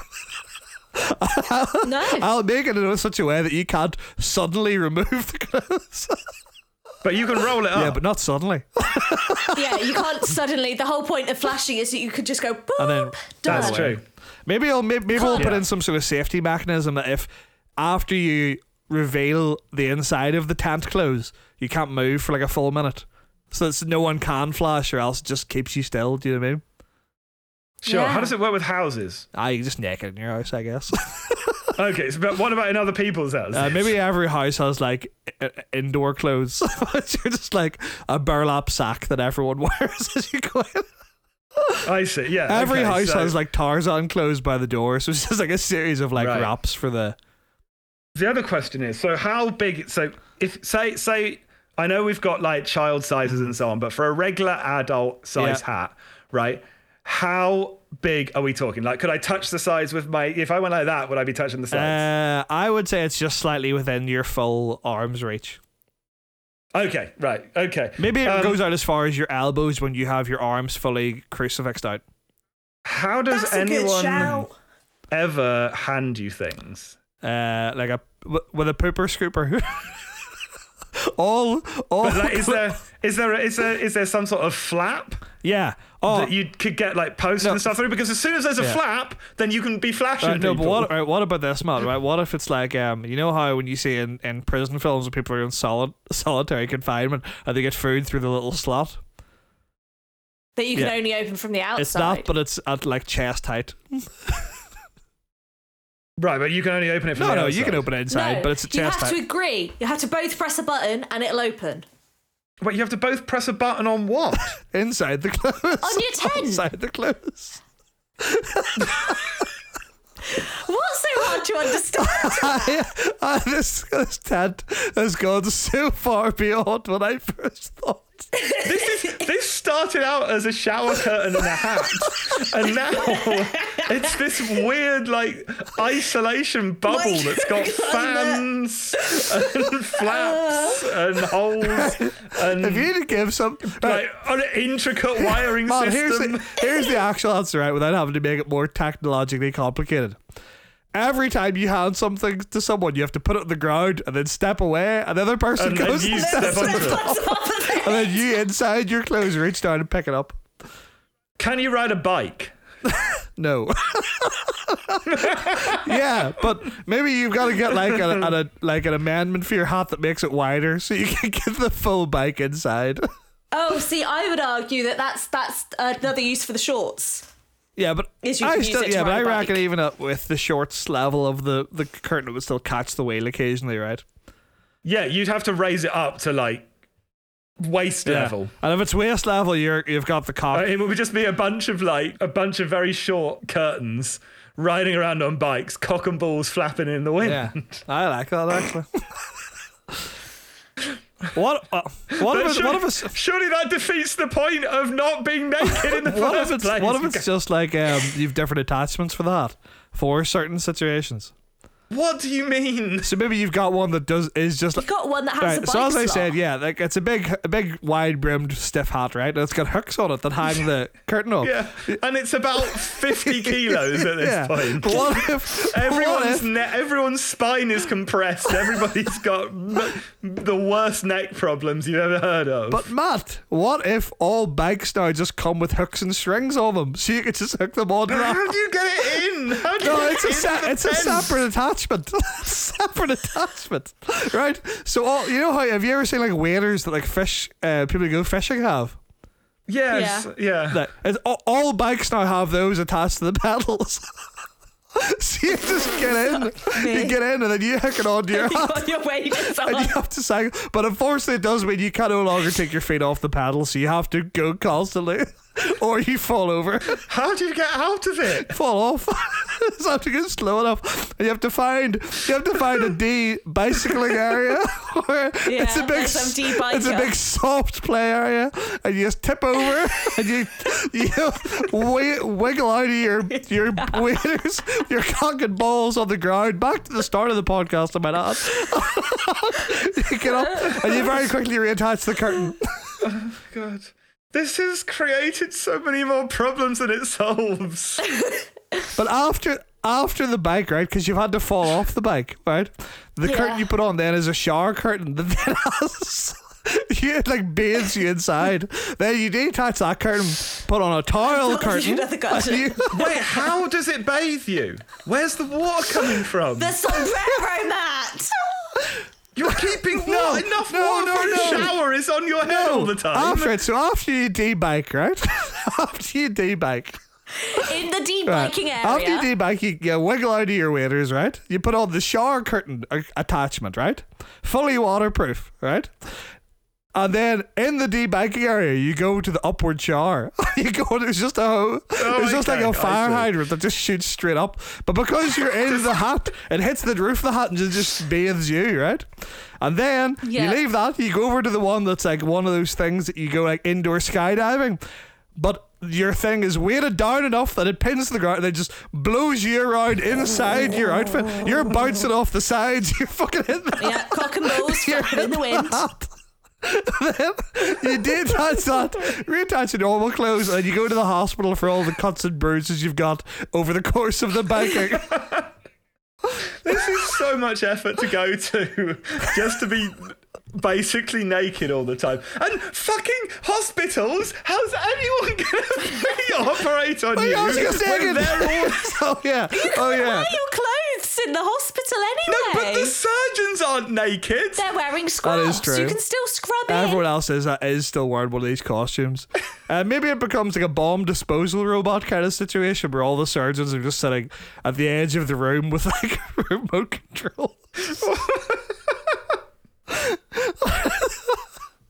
S5: No.
S4: [laughs] I'll make it in such a way that you can't suddenly remove the [laughs] Oh. clothes.
S2: But you can roll it up.
S4: yeah, but not suddenly.
S5: yeah, you can't suddenly. The whole point of flashing is that you could just go boop.
S4: And then
S5: done.
S2: that's true.
S4: maybe I'll maybe, maybe we'll put
S2: Yeah.
S4: in some sort of safety mechanism that if after you reveal the inside of the tent clothes, you can't move for like a full minute. So it's no one can flash, or else it just keeps you still. Do you know what I mean?
S2: Sure.
S5: Yeah.
S2: How does it work with houses?
S4: Ah, you just naked in your house, I guess. [laughs]
S2: Okay, so, but what about in other people's houses?
S4: Uh, maybe every house has like i- i- indoor clothes. [laughs] You're just like a burlap sack that everyone [laughs] wears as you go in.
S2: I see. Yeah.
S4: Every
S2: okay,
S4: house
S2: so-
S4: has like Tarzan clothes by the door, so it's just like a series of like
S2: Right.
S4: wraps for the.
S2: The other question is, so how big? So if say say I know we've got like child sizes and so on, but for a regular adult size
S4: Yeah.
S2: hat, right? How big are we talking? Like, could I touch the sides with my? If I went like that, would I be touching the sides?
S4: Uh, I would say it's just slightly within your full arm's reach.
S2: okay, right. Okay.
S4: Maybe it
S2: Um,
S4: goes out as far as your elbows when you have your arms fully crucifixed out.
S2: How does
S3: That's a good
S2: anyone
S3: shout.
S2: ever hand you things?
S4: Uh, like a w- with a pooper scooper. [laughs] all, all.
S2: But like, is there is there is there is there some sort of flap
S4: yeah. Oh,
S2: that you could get like posts
S4: No.
S2: and stuff through? Because as soon as there's a
S4: Yeah.
S2: flap, then you can be flashing
S4: Right, uh, no,
S2: people.
S4: but what, right, what about this, man? Right, what if it's like, um, you know how when you see in, in prison films when people are in solid [laughs] solitary confinement and they get food through the little slot?
S5: that you can
S4: Yeah.
S5: only open from the outside.
S4: It's not, but it's at like chest height.
S2: right, but you can only open it from
S4: No,
S2: the
S4: no, you can
S2: outside.
S4: open it inside,
S5: no,
S4: but it's at
S5: you
S4: chest
S5: have
S4: height.
S5: to agree. You have to both press a button and it'll open.
S2: Wait, you have to both press a button on
S4: [laughs]
S2: what?
S4: Inside the clothes.
S5: On your tent.
S4: Inside the clothes.
S5: What's so hard to understand?
S4: [laughs] I, I, this, this tent has gone so far beyond what I first thought.
S2: this is this started out as a shower curtain and a hat, and now it's this weird like isolation bubble
S3: Like,
S2: that's
S4: [laughs]
S2: got
S3: like that.
S2: fans and flaps and holes
S4: If
S2: and
S4: Uh. you had to give some.
S2: like an intricate wiring
S4: Well, here's
S2: system. [laughs]
S4: the, here's the actual answer, right? Without having to make it more technologically complicated. Every time you hand something to someone, you have to put it on the ground and then step away, and the other person
S2: And then
S4: goes,
S2: you
S4: and,
S2: step
S4: steps
S2: onto
S4: in.
S2: it.
S4: and then you inside your clothes reach down and pick it up.
S2: Can you ride a bike?
S4: No. [laughs] yeah, but maybe you've got to get like a, an a like an amendment for your hat that makes it wider, so you can get the full bike inside. [laughs]
S5: oh, see, I would argue that that's that's another use for the shorts.
S4: Yeah, but
S5: Yes, you
S4: I
S5: can use
S4: still
S5: it to
S4: yeah, but
S5: ride
S4: I
S5: a
S4: reckon
S5: bike.
S4: even up with the shorts level of the the curtain, it would still catch the whale occasionally, right?
S2: Yeah, you'd have to raise it up to like waist level.
S4: And if it's waist level, you're you've got the cock.
S2: Uh, It would just be a bunch of like a bunch of very short curtains riding around on bikes, cock and balls flapping in the wind. [laughs]
S4: yeah, I like that actually. what uh, what
S2: But
S4: if it,
S2: surely,
S4: what if it's
S2: surely that defeats the point of not being naked
S4: [laughs]
S2: in the
S4: what if
S2: first
S4: it's
S2: place.
S4: what if it's just like um you've different attachments for that for certain situations?
S2: What do you mean? [laughs]
S4: So maybe you've got one that does is just
S5: You've got one that has a
S4: Right,
S5: bike
S4: so as I
S5: slot. [laughs]
S4: said, yeah, like it's a big, a big wide brimmed stiff hat, right? And it's got hooks on it that hang the curtain up.
S2: Yeah, and it's about
S4: [laughs]
S2: fifty kilos at this
S4: yeah.
S2: point.
S4: But what if
S2: [laughs]
S4: what
S2: Everyone's
S4: if,
S2: ne- everyone's spine is compressed.
S4: [laughs]
S2: Everybody's got m- the worst neck problems you've ever heard of.
S4: but Matt, what if all bikes now just come with hooks and strings on them, so you could just hook them on?
S2: But [laughs]
S4: and
S2: how
S4: off?
S2: do you get it in? in? How do [laughs]
S4: No,
S2: you
S4: it's a,
S2: get
S4: se-
S2: into the
S4: it's a
S2: fence?
S4: separate attachment. [laughs] separate attachment, right? So, all, you know how have you ever seen like waders that like fish uh, people who go fishing have?
S2: Yes, yeah.
S4: That it's, all, all bikes now have those attached to the [laughs] pedals. so you just get in, you get in, and then you hook it onto your
S5: You've
S3: [laughs]
S4: hand.
S5: got your wages
S4: [laughs] And
S5: on.
S4: you have to cycle, but unfortunately, it does mean you can no longer take your feet off the pedal, so you have to go constantly, [laughs] or you fall over. [laughs]
S2: How do you get out of it?
S4: fall off. [laughs] so I have to go slow enough. And you have to find you have to find a D bicycling area [laughs] where it's a
S5: Yeah,
S4: big
S5: there's some D
S4: s- it's a
S5: biker.
S4: big soft play area and you just tip over [laughs] and you you wi- wiggle out of your
S5: [laughs]
S4: your waders, your cock and balls on the ground. Back to the start of the podcast, I might add. [laughs] you get up and you very quickly reattach the curtain.
S2: [laughs] God. This has created so many more problems than it [laughs] solves.
S4: But after after the bike, right? Because you've had to fall off the bike, right? The curtain
S5: Yeah.
S4: you put on then is a shower curtain that [laughs] then has. You, it like bathes you inside. then you detach that curtain, put on a towel curtain.
S5: another curtain.
S4: and you-
S2: Wait, how does it bathe you? Where's the water coming from?
S4: [laughs]
S3: The sombrero mat.
S2: You're [laughs] keeping
S4: No,
S2: wa- enough
S4: no,
S2: water
S4: no,
S2: for a
S4: no.
S2: shower is on your head all the [laughs] time.
S4: After it, so after you debike, right? [laughs] after you debike,
S5: In the deep
S4: right?
S5: biking
S4: After you
S5: area.
S4: debike, you, you wiggle out of your waders, right? You put on the shower curtain uh, attachment, right? Fully waterproof, right? And then in the debanking area, you go to the upward shower. [laughs] you go, and it's just a hose. it's just
S2: okay,
S4: like
S2: Oh I
S4: a fire
S2: see.
S4: hydrant that just shoots straight up. But because you're in the hut, it hits the roof of the hut and just, just bathes you, right? And then
S5: Yeah.
S4: you leave that, you go over to the one that's like one of those things that you go like indoor skydiving. But your thing is weighted down enough that it pins to the ground and it just blows you around inside your outfit. You're bouncing off the sides. [laughs] You fucking hit the
S3: [laughs]
S5: Yeah, cock and balls
S4: [laughs]
S5: flapping in the wind.
S4: Oh, you did attach that, reattach your normal clothes, and you go to the hospital for all the cuts and bruises you've got over the course of the biking. [laughs]
S2: This is so much effort to go to [laughs] just to be basically naked all the time. And fucking hospitals, how's anyone gonna [laughs] operate on
S4: Hang
S2: you?
S4: on just a
S2: when
S4: second.
S2: they're all-
S4: [laughs] oh yeah,
S3: [laughs]
S4: oh yeah.
S5: Wear your clothes in the hospital
S2: No,
S5: anyway.
S2: but the surgeons aren't naked.
S5: They're wearing scrubs.
S4: true.
S5: You can still scrub
S4: Everyone
S5: it.
S4: else is uh, is still wearing one of these costumes. Uh, maybe it becomes like a bomb disposal robot kind of situation where all the surgeons are just sitting at the edge of the room with like [laughs] a remote control.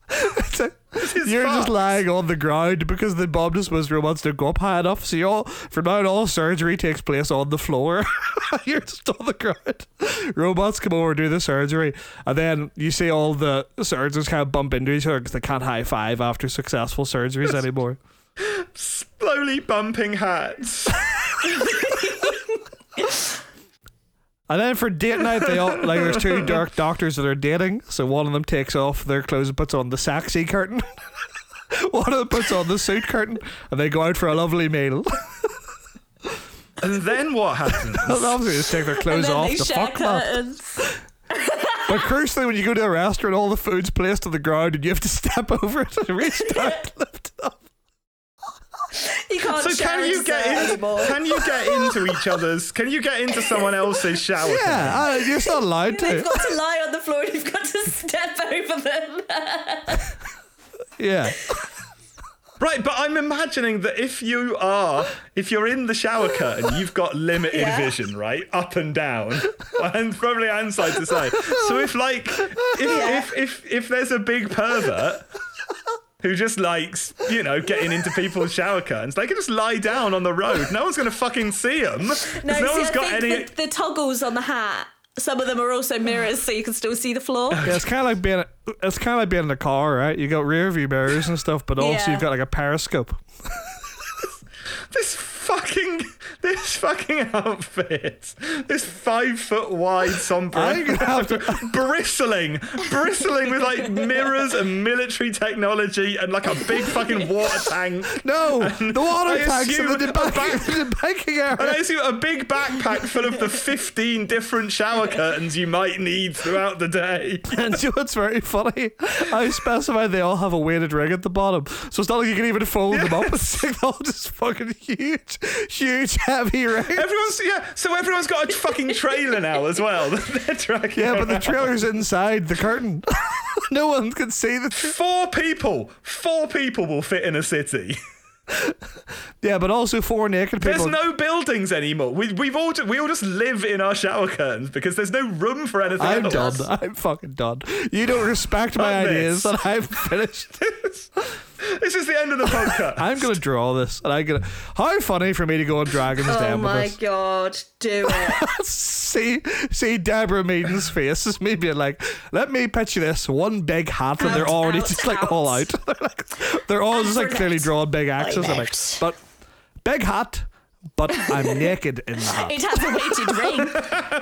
S4: It's like-
S2: is
S4: you're just
S2: fucked.
S4: lying on the ground because the bomb disposal robots don't go up high enough. So you all, from now on, all surgery takes place on the floor. [laughs] you're just on the ground. Robots come over do the surgery, and then you see all the surgeons kind of bump into each other because they can't high five after successful surgeries anymore.
S2: Slowly bumping hats.
S4: And then for date night, they all like there's
S5: [laughs]
S4: two dark doctors that are dating. So one of them takes off their clothes and puts on the sexy curtain. [laughs] one of them puts on the suit curtain, and they go out for a lovely meal.
S2: [laughs]
S4: [laughs]
S2: and then what happens?
S4: Well, obviously, just take their
S5: And
S4: clothes
S5: then
S4: off.
S5: they
S4: The
S5: share
S4: fuck man.
S5: curtains.
S4: But crucially, when you go to a restaurant, all the food's placed on the ground, and you have to step [laughs] over it and reach down and
S5: [laughs]
S4: lift it up.
S5: You can't
S2: [laughs] So
S5: share
S2: can
S5: a
S2: you get
S5: dessert
S2: in,
S5: anymore.
S2: can you get into each other's can you get into someone else's shower?
S4: [laughs] Yeah, uh, you're not allowed
S5: They've
S4: to.
S5: got to lie on the floor and you've got to [laughs] step over them.
S4: [laughs] Yeah,
S2: Right, but I'm imagining that if you are, if you're in the shower curtain, you've got limited vision, right, up and down, and probably and side to side. So if like, if if, if if there's a big pervert who just likes, you know, getting into people's shower curtains, they can just lie down on the road. No one's gonna fucking see
S5: No,
S2: them. No,
S5: see,
S2: one's
S5: I
S2: got
S5: think
S2: any.
S5: the, the toggles on the hat. Some of them are also mirrors, so you can still see the floor.
S4: yeah. It's kind of like being it's kind of like being in a car, right? You got rear view mirrors and stuff, but also
S5: Yeah.
S4: you've got like a periscope.
S2: This fucking this fucking outfit. This five foot wide
S4: I'm
S5: [laughs]
S2: sombrero.
S4: gonna have to. [laughs]
S2: bristling, bristling with like mirrors and military technology and like a big fucking water tank.
S4: No, the
S2: [laughs]
S4: water
S2: I
S4: tanks in the
S2: assume a
S4: [laughs] debanking debanking
S2: And
S4: area.
S2: I assume a big backpack full of the 15 different shower curtains you might need throughout the day.
S4: [laughs] And so it's very funny. I specified they all have a
S2: [laughs]
S4: weighted ring at the bottom. So it's not like you can even fold them up. It's like they're all just fucking huge, huge Chevy, right?
S2: Everyone's yeah, so everyone's got a fucking trailer now as well. that They're tracking.
S4: Yeah, but the
S2: around.
S4: trailer's inside the curtain. [laughs] no one can see the. Tra-
S2: four people, four people will fit in a city.
S4: yeah, but also four naked
S2: There's
S4: people.
S2: no buildings anymore. We we've all ju- we all just live in our shower curtains because there's no room for anything.
S4: I'm
S2: else.
S4: done. I'm fucking done. You don't respect my
S2: Fuck
S4: ideas,
S2: this.
S4: and I'm [laughs] finished.
S2: [laughs] This is the end of the podcast.
S4: I'm gonna draw this, and I'm gonna. How funny for me to go on Dragon's
S3: Oh
S4: Den with
S3: my
S4: this.
S3: god,
S4: [laughs]
S3: do it.
S4: See, see Deborah Meaden's face is me being like, "Let me pitch you this one big hat," and they're
S3: Out,
S4: already
S3: out,
S4: just like all out. [laughs]
S3: out.
S4: they're, like, they're all just like
S3: Out.
S4: clearly drawn big axes. I'm like,
S3: Out.
S4: but big hat, but
S3: [laughs]
S4: I'm naked in the hat.
S5: It has a
S2: [laughs]
S5: weighted ring.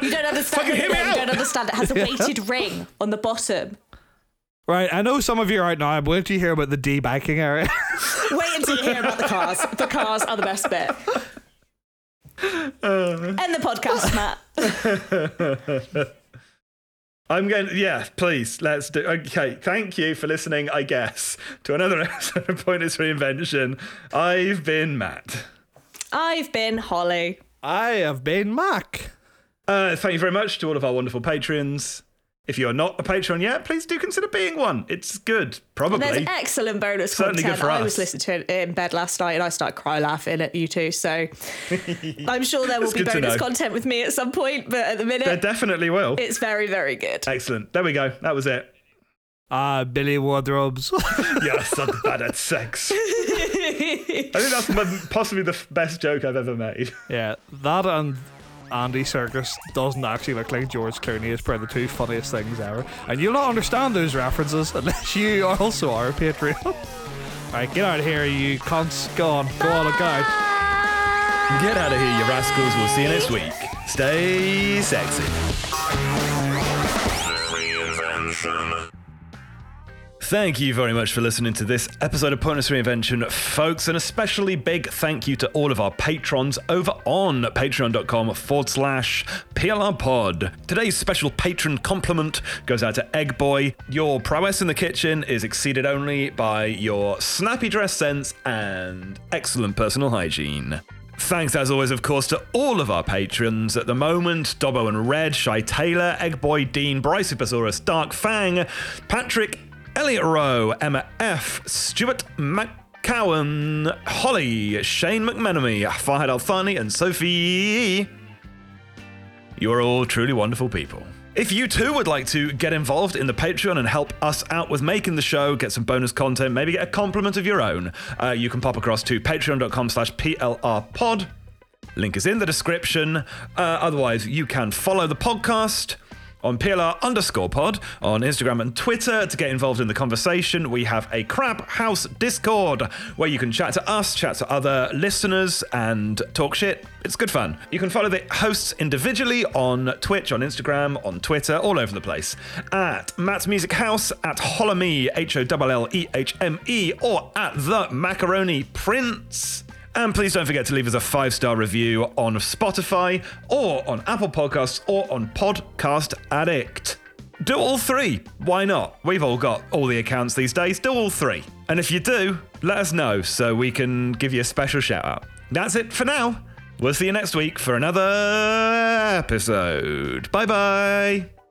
S5: You don't understand.
S2: Fucking hear
S5: it,
S2: me
S5: then.
S2: out.
S5: You don't understand. It has
S2: [laughs]
S5: a weighted ring on the bottom.
S4: Right, I know some of you are out now. but wait till you hear about the debanking area. [laughs]
S5: Wait until you hear about the cars. The cars are the best bit.
S2: Uh.
S5: End the podcast, Matt.
S2: I'm going. Yeah, please let's do. Okay, thank you for listening. I guess to another [laughs] episode of Pointless Reinvention. I've been Matt.
S5: I've been Holly.
S4: I have been Mac.
S2: Uh, thank you very much to all of our wonderful patrons. If you're not a patron yet, please do consider being one. It's good,
S5: There's
S2: probably.
S5: excellent bonus
S2: Certainly good
S5: content.
S2: for
S5: I was
S2: us.
S5: listening to it in bed last night and I started cry laughing at you two.
S2: [laughs]
S5: So I'm sure there will
S2: It's
S5: be
S2: good to
S5: bonus
S2: know.
S5: content with me at some point, but at the
S2: There
S5: minute,
S2: definitely will.
S5: it's very, very good.
S2: Excellent. There we go. That was it.
S4: Ah, Billy Wardrobes. [laughs]
S2: You're so bad at sex. I think that's my- possibly the f- best joke I've ever made.
S4: yeah, that and Andy Circus doesn't actually look like George Clooney. It's probably the two funniest things ever. And you'll not understand those references unless you [laughs] also are a Patreon. [laughs] Alright, get out of here, you cunts. Go on, go on, look out.
S2: Get out of here, you rascals. We'll see you next week. Stay sexy.
S1: Reinvention.
S2: Thank you very much for listening to this episode of Pointless Reinvention, folks, and especially big thank you to all of our patrons over on patreon.com forward slash PLR pod. Today's special patron compliment goes out to Eggboy. Your prowess in the kitchen is exceeded only by your snappy dress sense and excellent personal hygiene. Thanks, as always, of course, to all of our patrons at the moment Dobbo and Red, Shy Taylor, Eggboy, Dean, Brysopasaurus, Dark Fang, Patrick, Elliot Rowe, Emma F., Stuart McCowan, Holly, Shane McMenemy, Farhad Al Thani, and Sophie. You are all truly wonderful people. If you too would like to get involved in the Patreon and help us out with making the show, get some bonus content, maybe get a compliment of your own, uh, you can pop across to patreon.com slash plrpod. Link is in the description. Uh, otherwise, you can follow the podcast on PLR underscore pod on Instagram and Twitter to get involved in the conversation. We have a Crab House Discord where you can chat to us, chat to other listeners, and talk shit. It's good fun. You can follow the hosts individually on Twitch, on Instagram, on Twitter, all over the place. At Matt's Music House, at Holleme, H O L L E H M E, or at The Macaroni Prince. And please don't forget to leave us a five star review on Spotify or on Apple Podcasts or on Podcast Addict. Do all three. Why not? We've all got all the accounts these days. Do all three. And if you do, let us know so we can give you a special shout out. That's it for now. We'll see you next week for another episode. Bye bye.